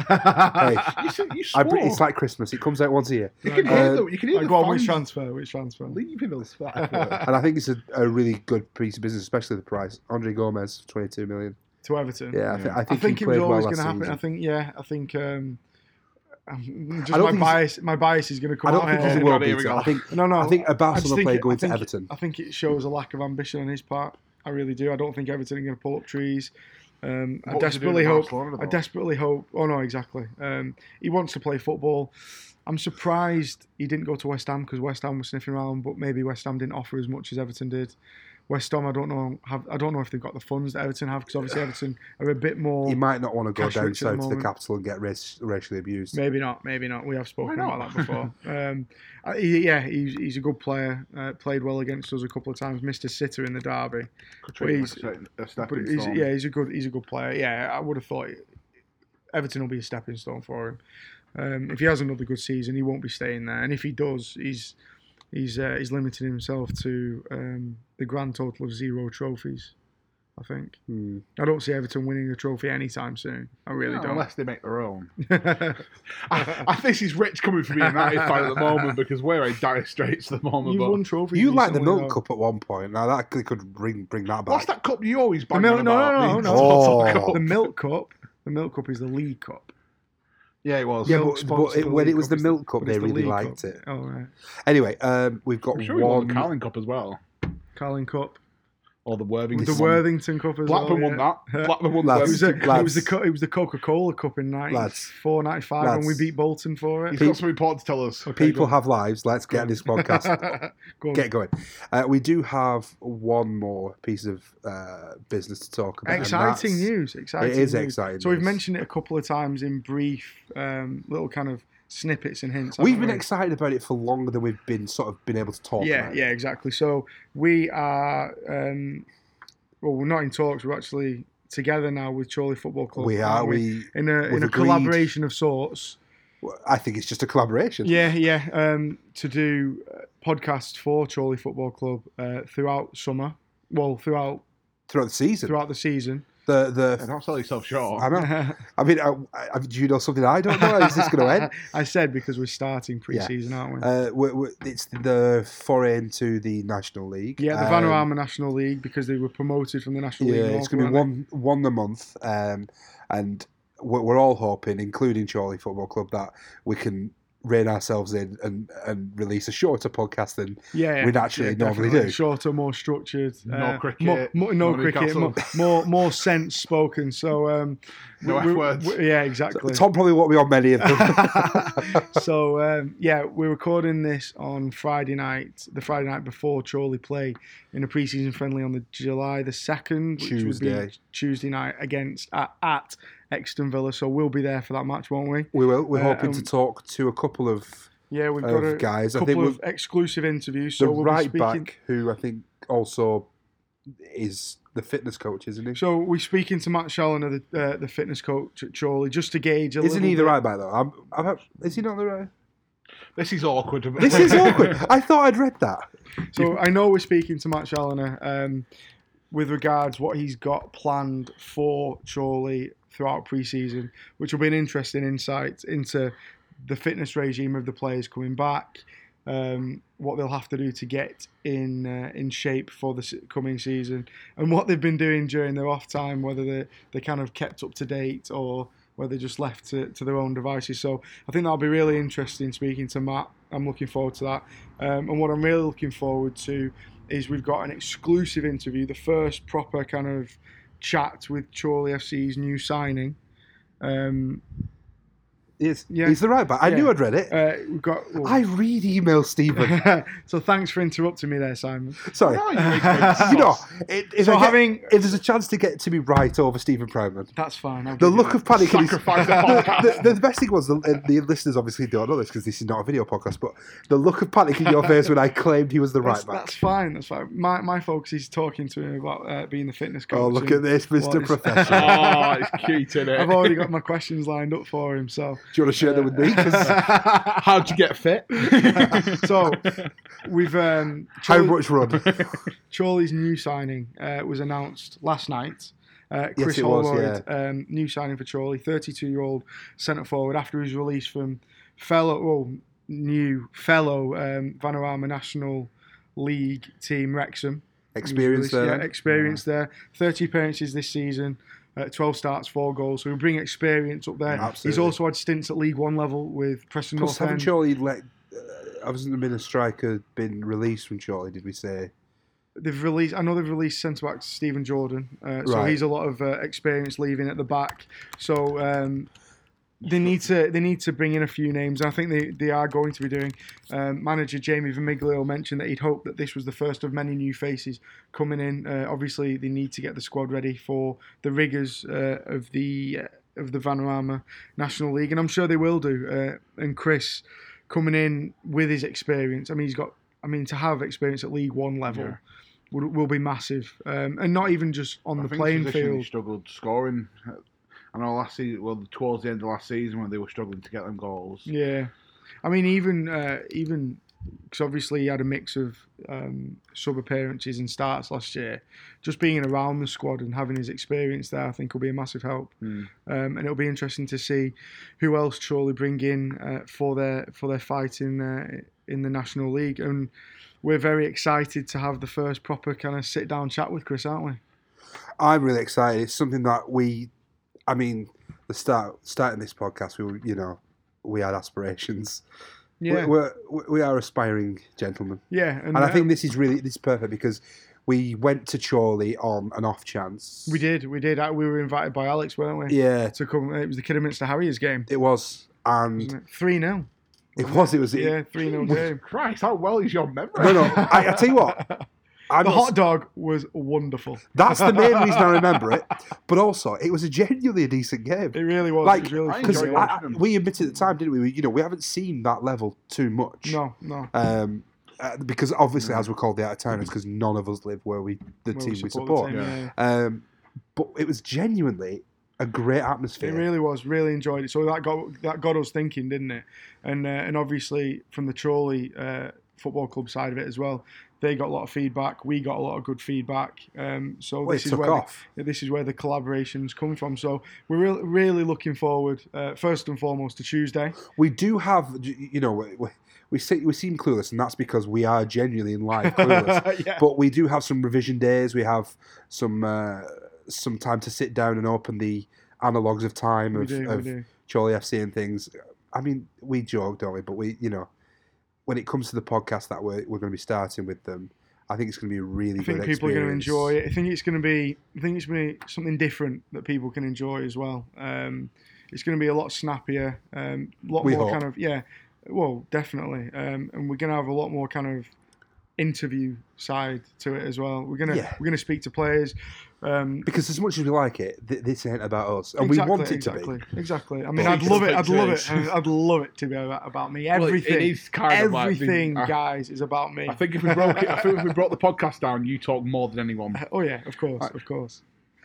[SPEAKER 1] Hey,
[SPEAKER 3] You, see, you
[SPEAKER 1] I,
[SPEAKER 3] swore.
[SPEAKER 1] br- it's like Christmas. It comes out once a year.
[SPEAKER 3] you can
[SPEAKER 1] uh,
[SPEAKER 3] hear the you can hear
[SPEAKER 2] Like,
[SPEAKER 3] the
[SPEAKER 2] go on, which
[SPEAKER 3] fans
[SPEAKER 2] transfer? Which transfer?
[SPEAKER 3] leaving us.
[SPEAKER 1] and I think it's a, a really good piece of business, especially the price. Andre Gomez, twenty-two million.
[SPEAKER 2] To Everton.
[SPEAKER 1] Yeah, I, th- I
[SPEAKER 2] Mm-hmm. I
[SPEAKER 1] think,
[SPEAKER 2] think
[SPEAKER 1] he
[SPEAKER 2] it was
[SPEAKER 1] played well
[SPEAKER 2] always
[SPEAKER 1] last
[SPEAKER 2] going to happen.
[SPEAKER 1] season.
[SPEAKER 2] I think, yeah, I think. Um, um,
[SPEAKER 1] I
[SPEAKER 2] just
[SPEAKER 1] don't
[SPEAKER 2] my
[SPEAKER 1] think he's-
[SPEAKER 2] bias, my bias is going to come
[SPEAKER 1] I don't
[SPEAKER 2] out
[SPEAKER 1] think
[SPEAKER 2] here.
[SPEAKER 1] he's a
[SPEAKER 3] Oh,
[SPEAKER 1] world
[SPEAKER 3] God, here we
[SPEAKER 1] beater.
[SPEAKER 3] go.
[SPEAKER 1] I think
[SPEAKER 2] No, no.
[SPEAKER 1] I think a
[SPEAKER 2] I just
[SPEAKER 1] Barcelona
[SPEAKER 2] think
[SPEAKER 1] player
[SPEAKER 2] it-
[SPEAKER 1] going
[SPEAKER 2] I think
[SPEAKER 1] to
[SPEAKER 2] it-
[SPEAKER 1] Everton.
[SPEAKER 2] I think it shows a lack of ambition on his part. I really do. I don't think Everton are going to pull up trees. Um, I
[SPEAKER 3] What was he doing
[SPEAKER 2] desperately
[SPEAKER 3] at
[SPEAKER 2] hope.
[SPEAKER 3] Barcelona,
[SPEAKER 2] I
[SPEAKER 3] though?
[SPEAKER 2] desperately hope. Oh no, exactly. Um, he wants to play football. I'm surprised he didn't go to West Ham because West Ham was sniffing around, but maybe West Ham didn't offer as much as Everton did. West Ham, I don't know. Have I don't know if they've got the funds that Everton have because obviously Everton are a bit more.
[SPEAKER 1] He might not want to go
[SPEAKER 2] Cash
[SPEAKER 1] down
[SPEAKER 2] rich at the
[SPEAKER 1] south to the
[SPEAKER 2] moment.
[SPEAKER 1] capital and get rac- racially abused.
[SPEAKER 2] Maybe not. Maybe not. We have spoken
[SPEAKER 3] not?
[SPEAKER 2] about that before. um, I- he- yeah, he's, he's a good player. Uh, played well against us a couple of times. Missed a sitter in the derby.
[SPEAKER 3] Katrina,
[SPEAKER 2] Please.
[SPEAKER 3] a
[SPEAKER 2] But
[SPEAKER 3] stepping
[SPEAKER 2] he's,
[SPEAKER 3] stone.
[SPEAKER 2] yeah, he's a good he's a good player. Yeah, I would have thought Everton will be a stepping stone for him. Um, if he has another good season, he won't be staying there. And if he does, he's he's uh, he's limiting himself to um, the grand total of zero trophies. I think
[SPEAKER 1] Hmm.
[SPEAKER 2] I don't see Everton winning a trophy anytime soon. I really
[SPEAKER 3] No, Oh, Unless they make their own.
[SPEAKER 2] don't.
[SPEAKER 3] I, I think it's rich coming from a United fan at the moment because we're in dire straits at the moment.
[SPEAKER 2] you
[SPEAKER 3] but
[SPEAKER 2] won trophies.
[SPEAKER 1] You like the
[SPEAKER 2] recently,
[SPEAKER 1] milk
[SPEAKER 2] though.
[SPEAKER 1] cup at one point. Now that could, could bring bring that back.
[SPEAKER 3] what's that cup you always
[SPEAKER 2] The
[SPEAKER 3] bang
[SPEAKER 2] milk,
[SPEAKER 3] on
[SPEAKER 2] no,
[SPEAKER 3] about?
[SPEAKER 2] no, no,
[SPEAKER 3] The
[SPEAKER 2] no.
[SPEAKER 1] Oh.
[SPEAKER 3] Tottenham Cup.
[SPEAKER 2] The milk cup. The milk cup is the league cup.
[SPEAKER 3] Yeah, it was.
[SPEAKER 1] Yeah, but,
[SPEAKER 2] milk
[SPEAKER 1] but
[SPEAKER 2] sponsored
[SPEAKER 1] it,
[SPEAKER 2] the
[SPEAKER 1] when
[SPEAKER 2] League
[SPEAKER 1] it was
[SPEAKER 2] Cup
[SPEAKER 1] the
[SPEAKER 2] is the-
[SPEAKER 1] milk cup,
[SPEAKER 2] but it's
[SPEAKER 1] they
[SPEAKER 2] the
[SPEAKER 1] really
[SPEAKER 2] league
[SPEAKER 1] liked
[SPEAKER 2] cup.
[SPEAKER 1] it.
[SPEAKER 2] Oh right,
[SPEAKER 1] Anyway, um, we've got
[SPEAKER 3] I'm sure we won
[SPEAKER 1] one.
[SPEAKER 3] the Carling Cup as well,
[SPEAKER 2] Carling Cup.
[SPEAKER 3] or the Worthington.
[SPEAKER 2] The
[SPEAKER 3] one.
[SPEAKER 2] Worthington Cup as
[SPEAKER 3] Blackburn
[SPEAKER 2] well.
[SPEAKER 3] won
[SPEAKER 2] yeah.
[SPEAKER 3] that. Blackburn won
[SPEAKER 1] Lads.
[SPEAKER 2] It was, a,
[SPEAKER 3] that.
[SPEAKER 2] it was
[SPEAKER 1] Lads.
[SPEAKER 2] the co- it was the Coca Cola Cup in
[SPEAKER 1] Lads.
[SPEAKER 2] 94, 95 and we
[SPEAKER 1] Lads.
[SPEAKER 2] beat Bolton for it.
[SPEAKER 3] He's got something important to tell us.
[SPEAKER 1] People have lives. Let's get this podcast
[SPEAKER 2] Go on.
[SPEAKER 1] get going. Uh, we do have one more piece of uh, business to talk about. and
[SPEAKER 2] exciting
[SPEAKER 1] that's-
[SPEAKER 2] news. Exciting.
[SPEAKER 1] It is
[SPEAKER 2] news.
[SPEAKER 1] exciting.
[SPEAKER 2] So we've
[SPEAKER 1] news.
[SPEAKER 2] mentioned it a couple of times in brief, um, little kind of snippets and hints.
[SPEAKER 1] We've
[SPEAKER 2] haven't
[SPEAKER 1] been
[SPEAKER 2] we?
[SPEAKER 1] excited about it for longer than we've been sort of been able to talk.
[SPEAKER 2] yeah,
[SPEAKER 1] about it.
[SPEAKER 2] yeah, exactly. So we are, um, well, we're not in talks. We're actually together now with Chorley Football Club.
[SPEAKER 1] We are.
[SPEAKER 2] aren't
[SPEAKER 1] We.
[SPEAKER 2] in a in
[SPEAKER 1] we've
[SPEAKER 2] a
[SPEAKER 1] agreed.
[SPEAKER 2] collaboration of sorts.
[SPEAKER 1] I think it's just a collaboration.
[SPEAKER 2] Yeah, yeah. Um, to do uh, podcasts for Chorley Football Club uh, throughout summer, well, throughout
[SPEAKER 1] Throughout the season.
[SPEAKER 2] throughout the season.
[SPEAKER 1] The the
[SPEAKER 3] Yeah, Don't sell yourself short.
[SPEAKER 1] I know. I mean, I, I, do you know something I don't know? Is this going to end?
[SPEAKER 2] I said because we're starting pre-season, aren't we?
[SPEAKER 1] Uh, we we it's the foray into the National League.
[SPEAKER 2] yeah, the
[SPEAKER 1] Um,
[SPEAKER 2] Vanarama National League because they were promoted from the National League.
[SPEAKER 1] Yeah, it's
[SPEAKER 2] North,
[SPEAKER 1] going to be
[SPEAKER 2] weren't
[SPEAKER 1] one one a month, um, and we're, we're all hoping, including Chorley Football Club, that we can rein ourselves in and, and release a shorter podcast than
[SPEAKER 2] they? Yeah, yeah,
[SPEAKER 1] we'd actually
[SPEAKER 2] yeah,
[SPEAKER 1] normally
[SPEAKER 2] definitely.
[SPEAKER 1] do.
[SPEAKER 2] Shorter, more structured.
[SPEAKER 3] No cricket,
[SPEAKER 2] More, more, no
[SPEAKER 3] Uh, no
[SPEAKER 2] cricket. More, more more sense spoken. So um,
[SPEAKER 3] No
[SPEAKER 2] we-
[SPEAKER 3] F
[SPEAKER 2] we-
[SPEAKER 3] words.
[SPEAKER 2] we- Yeah, exactly.
[SPEAKER 1] Tom probably won't be on many of them.
[SPEAKER 2] so um, yeah, we're recording this on Friday night, the Friday night before Chorley play in a preseason friendly on the July the second, which would
[SPEAKER 1] Tuesday.
[SPEAKER 2] be Tuesday night against at, at Exton Villa. So we'll be there for that match, won't we?
[SPEAKER 1] we will. We're
[SPEAKER 2] Uh,
[SPEAKER 1] hoping to
[SPEAKER 2] um,
[SPEAKER 1] talk to a couple of,
[SPEAKER 2] Yeah, we've got
[SPEAKER 1] of
[SPEAKER 2] a
[SPEAKER 1] Oh, guys. I think
[SPEAKER 2] couple
[SPEAKER 1] we'll,
[SPEAKER 2] of exclusive interviews.
[SPEAKER 1] the
[SPEAKER 2] So we'll
[SPEAKER 1] right
[SPEAKER 2] be speaking.
[SPEAKER 1] back, who I think also is the fitness coach, isn't he?
[SPEAKER 2] So we're speaking to Matt Shallon, the uh, the fitness coach at Chorley, just to gauge a
[SPEAKER 1] Isn't
[SPEAKER 2] little
[SPEAKER 1] he the
[SPEAKER 2] bit-
[SPEAKER 1] right back though? I'm, I'm, act- is he not the right?
[SPEAKER 3] This is awkward.
[SPEAKER 1] This is awkward. I thought I'd read that.
[SPEAKER 2] So I know we're speaking to Matt Challoner um, with regards what he's got planned for Chorley throughout pre-season, which will be an interesting insight into the fitness regime of the players coming back, um, what they'll have to do to get in uh, in shape for the se- coming season, and what they've been doing during their off time, whether they they kind of kept up to date or whether they're just left to, to their own devices. So I think that'll be really interesting speaking to Matt. I'm looking forward to that. Um, and what I'm really looking forward to is we've got an exclusive interview, the first proper kind of chat with Chorley FC's new signing. Um,
[SPEAKER 1] Yes,
[SPEAKER 2] Yeah.
[SPEAKER 1] he's the right back. I
[SPEAKER 2] Yeah.
[SPEAKER 1] knew I'd read it.
[SPEAKER 2] uh, we've got. well-
[SPEAKER 1] I read email, Stephen.
[SPEAKER 2] so thanks for interrupting me there, Simon.
[SPEAKER 1] Sorry.
[SPEAKER 2] Oh,
[SPEAKER 3] No, you big, big sock.
[SPEAKER 1] You know, it, if,
[SPEAKER 2] so
[SPEAKER 1] I get-
[SPEAKER 2] having
[SPEAKER 1] if there's a chance to get to be right over Stephen Primeman,
[SPEAKER 2] that's fine. I'll
[SPEAKER 1] the
[SPEAKER 2] give you
[SPEAKER 1] look
[SPEAKER 2] that.
[SPEAKER 1] of panic in his,
[SPEAKER 3] Sacrifice the
[SPEAKER 1] the,
[SPEAKER 3] podcast.
[SPEAKER 1] the, the best thing was the, the listeners obviously don't know this because this is not a video podcast, but the look of panic in your face when I claimed he was the
[SPEAKER 2] that's,
[SPEAKER 1] right back.
[SPEAKER 2] that's fine. That's fine. My, my focus is talking to him about uh, being the fitness coach.
[SPEAKER 1] Oh, look
[SPEAKER 2] and
[SPEAKER 1] at this,
[SPEAKER 2] what
[SPEAKER 1] Mr.
[SPEAKER 2] is-
[SPEAKER 1] Professional.
[SPEAKER 3] oh, it's cute, isn't it?
[SPEAKER 2] I've already got my questions lined up for him. So
[SPEAKER 1] Do you want to share that with me? 'Cause
[SPEAKER 3] How'd you get fit?
[SPEAKER 2] so we've um,
[SPEAKER 1] how
[SPEAKER 2] Chorley-
[SPEAKER 1] much run?
[SPEAKER 2] Chorley's new signing uh, was announced last night. Uh,
[SPEAKER 1] Yes,
[SPEAKER 2] Chris
[SPEAKER 1] it was,
[SPEAKER 2] Holroyd, um, new signing for Chorley, 32 year old centre forward, after his release from fellow, well, new fellow um, Vanarama National League team Wrexham. He was
[SPEAKER 1] Experience
[SPEAKER 2] released-
[SPEAKER 1] there.
[SPEAKER 2] Yeah, experience there. 30 appearances this season, uh, 12 starts, four goals. So we bring experience up there. He's
[SPEAKER 1] Absolutely.
[SPEAKER 2] also had stints at League One level with Preston
[SPEAKER 1] Plus,
[SPEAKER 2] North
[SPEAKER 1] haven't
[SPEAKER 2] End.
[SPEAKER 1] Chorley let. Uh, hasn't there been a striker been released from Chorley, did we say?
[SPEAKER 2] They've released. I know they've released centre back Stephen Jordan, uh, so
[SPEAKER 1] Right.
[SPEAKER 2] he's a lot of uh, experience leaving at the back. So um, they need to they need to bring in a few names. I think they, they are going to be doing. Um, manager Jamie Vermiglio mentioned that he'd hoped that this was the first of many new faces coming in. Uh, obviously, they need to get the squad ready for the rigours uh, of the uh, of the Vanarama National League, and I'm sure they will do. Uh, and Chris coming in with his experience. I mean, he's got. I mean, to have experience at League One level
[SPEAKER 3] Yeah.
[SPEAKER 2] will, will be massive, um, and not even just on
[SPEAKER 3] I
[SPEAKER 2] the
[SPEAKER 3] think
[SPEAKER 2] playing
[SPEAKER 3] position He
[SPEAKER 2] field.
[SPEAKER 3] struggled scoring. I know last season, well, towards the end of last season when they were struggling to get them goals.
[SPEAKER 2] Yeah, I mean, even uh, even because obviously he had a mix of um, sub appearances and starts last year. Just being around the squad and having his experience there, I think, will be a massive help.
[SPEAKER 3] Hmm.
[SPEAKER 2] Um, and it'll be interesting to see who else Chorley bring in uh, for their for their fight in uh, in the National League. And we're very excited to have the first proper kind of sit down chat with Chris, aren't we?
[SPEAKER 1] I'm really excited. It's something that we, I mean, the start starting this podcast, we were, you know, we had aspirations.
[SPEAKER 2] Yeah,
[SPEAKER 1] We're, we're, we are aspiring gentlemen,
[SPEAKER 2] yeah.
[SPEAKER 1] and I think this is really this is perfect because we went to Chorley on an off chance.
[SPEAKER 2] We did, we did. Uh, We were invited by Alex, weren't we?
[SPEAKER 1] Yeah,
[SPEAKER 2] To come, it was the Kidderminster Harriers game.
[SPEAKER 1] it was, and
[SPEAKER 2] Mm, Three 0
[SPEAKER 1] it was, it was.
[SPEAKER 2] Yeah, three 0 game.
[SPEAKER 3] Christ, how well is your memory?
[SPEAKER 1] No, no. I, I tell you what, I'm
[SPEAKER 2] The
[SPEAKER 1] not-
[SPEAKER 2] hot dog was wonderful.
[SPEAKER 1] that's the main reason I remember it. But also, it was a genuinely a decent game.
[SPEAKER 2] It really was.
[SPEAKER 1] Like,
[SPEAKER 2] it was really
[SPEAKER 3] I
[SPEAKER 2] fun.
[SPEAKER 1] Because
[SPEAKER 3] enjoyed
[SPEAKER 2] Yeah.
[SPEAKER 1] I- I- we admitted at the time, didn't we? we? You know, we haven't seen that level too much.
[SPEAKER 2] No, no.
[SPEAKER 1] um, uh, because obviously,
[SPEAKER 2] Mm.
[SPEAKER 3] Yeah.
[SPEAKER 1] as we're called the out of towners, because none of us live where we the
[SPEAKER 2] Well,
[SPEAKER 1] team we
[SPEAKER 2] the
[SPEAKER 1] support.
[SPEAKER 2] team,
[SPEAKER 3] Yeah.
[SPEAKER 2] yeah.
[SPEAKER 1] Um, but it was genuinely a great
[SPEAKER 2] It
[SPEAKER 1] atmosphere.
[SPEAKER 2] really was. Really enjoyed it. So that got that got us thinking, didn't it? And uh, and obviously from the Chorley uh, football club side of it as well, They got a lot of feedback. We got a lot of good feedback. Um, so
[SPEAKER 1] Well, it
[SPEAKER 2] this is
[SPEAKER 1] took
[SPEAKER 2] where the,
[SPEAKER 1] off.
[SPEAKER 2] this is where the collaborations come from. So we're really, really looking forward, uh, first and foremost, to Tuesday.
[SPEAKER 1] We do have, you know, we, we- we, se- we seem clueless, and that's because we are genuinely in live clueless.
[SPEAKER 2] yeah.
[SPEAKER 1] but we do have some revision days. We have some uh, some time to sit down and open the analogues of time
[SPEAKER 2] we
[SPEAKER 1] of,
[SPEAKER 2] do, we
[SPEAKER 1] of
[SPEAKER 2] do.
[SPEAKER 1] Charlie FC and things. I mean, we joke, don't we? But we, you know, when it comes to the podcast that we're, we're going to be starting with them, I think it's going to be a really
[SPEAKER 2] I
[SPEAKER 1] good
[SPEAKER 2] think people are going to
[SPEAKER 1] experience.
[SPEAKER 2] enjoy it. I think it's going to be. I think it's going to be something different that people can enjoy as well. Um, it's going to be a lot snappier, um, a lot
[SPEAKER 1] We
[SPEAKER 2] more
[SPEAKER 1] hope.
[SPEAKER 2] kind of yeah. Well, definitely, um, and we're going to have a lot more kind of interview side to it as well. We're gonna
[SPEAKER 1] Yeah.
[SPEAKER 2] we're gonna speak to players. Um,
[SPEAKER 1] Because as much as we like it, th- this ain't about us, and
[SPEAKER 2] exactly,
[SPEAKER 1] we want it to
[SPEAKER 2] exactly,
[SPEAKER 1] be.
[SPEAKER 2] Exactly. I mean,
[SPEAKER 3] But
[SPEAKER 2] I'd
[SPEAKER 3] we
[SPEAKER 2] love
[SPEAKER 3] can
[SPEAKER 2] it. I'd
[SPEAKER 3] speak
[SPEAKER 2] love
[SPEAKER 3] to
[SPEAKER 2] it.
[SPEAKER 3] it.
[SPEAKER 2] I'd love it to be about, about me.
[SPEAKER 3] Well,
[SPEAKER 2] Everything.
[SPEAKER 3] it is kind of like
[SPEAKER 2] everything,
[SPEAKER 3] being- I,
[SPEAKER 2] guys, is about me.
[SPEAKER 3] I think if we broke it, I think if we brought the podcast down, you talk more than anyone.
[SPEAKER 2] oh yeah, of course, of course.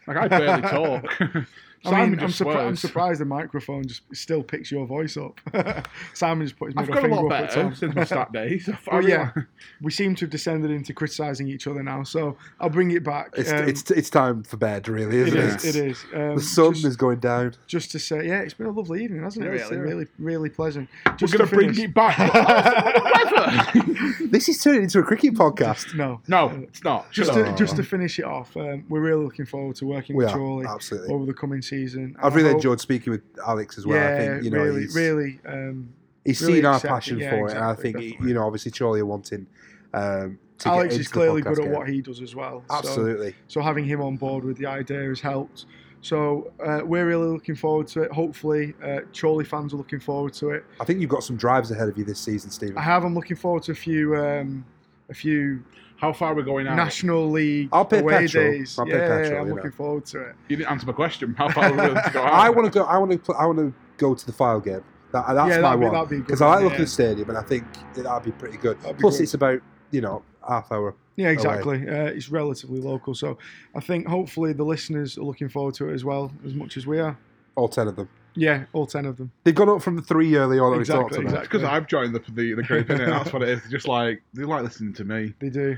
[SPEAKER 3] Like I barely talk. Simon
[SPEAKER 2] I mean, I'm,
[SPEAKER 3] just
[SPEAKER 2] surpri- I'm
[SPEAKER 3] swears.
[SPEAKER 2] surprised the microphone just still picks your voice up. Simon just put his
[SPEAKER 3] I've
[SPEAKER 2] middle
[SPEAKER 3] got a
[SPEAKER 2] finger
[SPEAKER 3] lot
[SPEAKER 2] up at
[SPEAKER 3] better
[SPEAKER 2] Tom.
[SPEAKER 3] since my start days. I- I
[SPEAKER 2] Well, yeah.
[SPEAKER 3] realise-
[SPEAKER 2] We seem to have descended into criticising each other now, so I'll bring it back.
[SPEAKER 1] It's,
[SPEAKER 2] Um,
[SPEAKER 1] it's, it's time for bed, really,
[SPEAKER 2] it
[SPEAKER 1] isn't it?
[SPEAKER 2] is. It is. Um,
[SPEAKER 1] The sun
[SPEAKER 2] just,
[SPEAKER 1] is going down.
[SPEAKER 2] just to say, yeah, it's been a lovely evening, hasn't it?
[SPEAKER 3] Really,
[SPEAKER 2] It's, uh,
[SPEAKER 3] yeah.
[SPEAKER 2] really, really pleasant.
[SPEAKER 3] We're
[SPEAKER 2] Just
[SPEAKER 3] going to bring
[SPEAKER 2] finish-
[SPEAKER 3] it back.
[SPEAKER 1] This is turning into a cricket podcast.
[SPEAKER 2] no,
[SPEAKER 3] no, it's not. Shut
[SPEAKER 2] just
[SPEAKER 3] up.
[SPEAKER 2] to,
[SPEAKER 1] on.
[SPEAKER 2] just to finish it off, um, we're really looking forward to working
[SPEAKER 1] We
[SPEAKER 2] with
[SPEAKER 1] are
[SPEAKER 2] Charlie
[SPEAKER 1] absolutely.
[SPEAKER 2] over the coming season.
[SPEAKER 1] I've
[SPEAKER 2] And I
[SPEAKER 1] really
[SPEAKER 2] hope-
[SPEAKER 1] enjoyed speaking with Alex as well.
[SPEAKER 2] Yeah,
[SPEAKER 1] I think you know
[SPEAKER 2] really,
[SPEAKER 1] he's,
[SPEAKER 2] really. Um,
[SPEAKER 1] he's
[SPEAKER 2] really
[SPEAKER 1] seen our
[SPEAKER 2] accepted.
[SPEAKER 1] passion
[SPEAKER 2] Yeah,
[SPEAKER 1] for it, and I
[SPEAKER 2] exactly,
[SPEAKER 1] think
[SPEAKER 2] definitely.
[SPEAKER 1] you know obviously Charlie are wanting um, to
[SPEAKER 2] Alex
[SPEAKER 1] get
[SPEAKER 2] is
[SPEAKER 1] into
[SPEAKER 2] clearly
[SPEAKER 1] the
[SPEAKER 2] good
[SPEAKER 1] podcast
[SPEAKER 2] at
[SPEAKER 1] game.
[SPEAKER 2] what he does as well. so-
[SPEAKER 1] Absolutely,
[SPEAKER 2] So having him on board with the idea has helped. So uh, we're really looking forward to it. Hopefully, uh, Chorley fans are looking forward to it.
[SPEAKER 1] I think you've got some drives ahead of you this season, Stephen.
[SPEAKER 2] I have. I'm looking forward to a few, um, a few
[SPEAKER 3] How far are we going out?
[SPEAKER 2] national league
[SPEAKER 1] I'll pay
[SPEAKER 2] away
[SPEAKER 1] petrol.
[SPEAKER 2] days.
[SPEAKER 1] I'll pay
[SPEAKER 2] yeah,
[SPEAKER 1] petrol,
[SPEAKER 2] I'm
[SPEAKER 1] you know.
[SPEAKER 2] looking forward to it.
[SPEAKER 3] You didn't answer my question. How far are we willing to go out?
[SPEAKER 1] I want to go. I want to. Pl- I want to go to the file game. That, that's
[SPEAKER 2] yeah,
[SPEAKER 1] my
[SPEAKER 2] that'd be,
[SPEAKER 1] one
[SPEAKER 2] that'd be a good
[SPEAKER 1] because I
[SPEAKER 2] one,
[SPEAKER 1] like looking
[SPEAKER 2] yeah.
[SPEAKER 1] at the stadium, and I think that would be pretty good.
[SPEAKER 2] That'd be
[SPEAKER 1] Plus,
[SPEAKER 2] good.
[SPEAKER 1] it's about you know half hour.
[SPEAKER 2] Yeah, exactly. Uh, it's relatively local, so I think hopefully the listeners are looking forward to it as well as much as we are.
[SPEAKER 1] All ten of them.
[SPEAKER 2] Yeah, all ten of them.
[SPEAKER 1] They've gone up from the three early on that we talked
[SPEAKER 2] Exactly,
[SPEAKER 1] about.
[SPEAKER 3] It's because I've joined the, the, the group, innit? That's what it is. Just like, they like listening to me.
[SPEAKER 2] They do.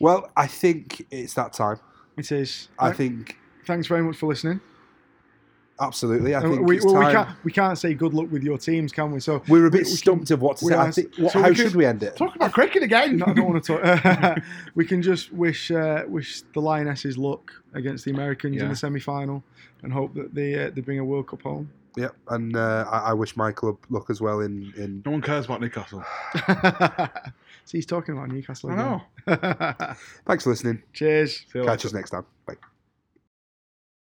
[SPEAKER 1] Well, I think it's that time.
[SPEAKER 2] It is.
[SPEAKER 1] I think
[SPEAKER 2] Thanks very much for listening.
[SPEAKER 1] absolutely. I
[SPEAKER 2] And
[SPEAKER 1] think
[SPEAKER 2] Uh, we,
[SPEAKER 1] it's
[SPEAKER 2] well,
[SPEAKER 1] time.
[SPEAKER 2] we can't we can't say good luck with your teams, can we? So
[SPEAKER 1] We're a bit
[SPEAKER 2] we can-
[SPEAKER 1] stumped of what to
[SPEAKER 2] we
[SPEAKER 1] say. I
[SPEAKER 2] are-
[SPEAKER 1] think, what,
[SPEAKER 2] so we
[SPEAKER 1] how
[SPEAKER 2] can-
[SPEAKER 1] should we end it?
[SPEAKER 3] Talk about cricket again.
[SPEAKER 2] No, I don't want to talk. we can just wish uh, wish the Lionesses luck against the Americans in
[SPEAKER 3] Yeah.
[SPEAKER 2] the semi final, and hope that they uh, they bring a World Cup home.
[SPEAKER 1] Yep, and uh, I, I wish my club luck as well in, in
[SPEAKER 3] No one cares about Newcastle.
[SPEAKER 2] See, he's talking about Newcastle.
[SPEAKER 3] I know.
[SPEAKER 2] again.
[SPEAKER 1] Thanks for listening.
[SPEAKER 2] Cheers.
[SPEAKER 3] See you later.
[SPEAKER 1] Catch us next time. Bye.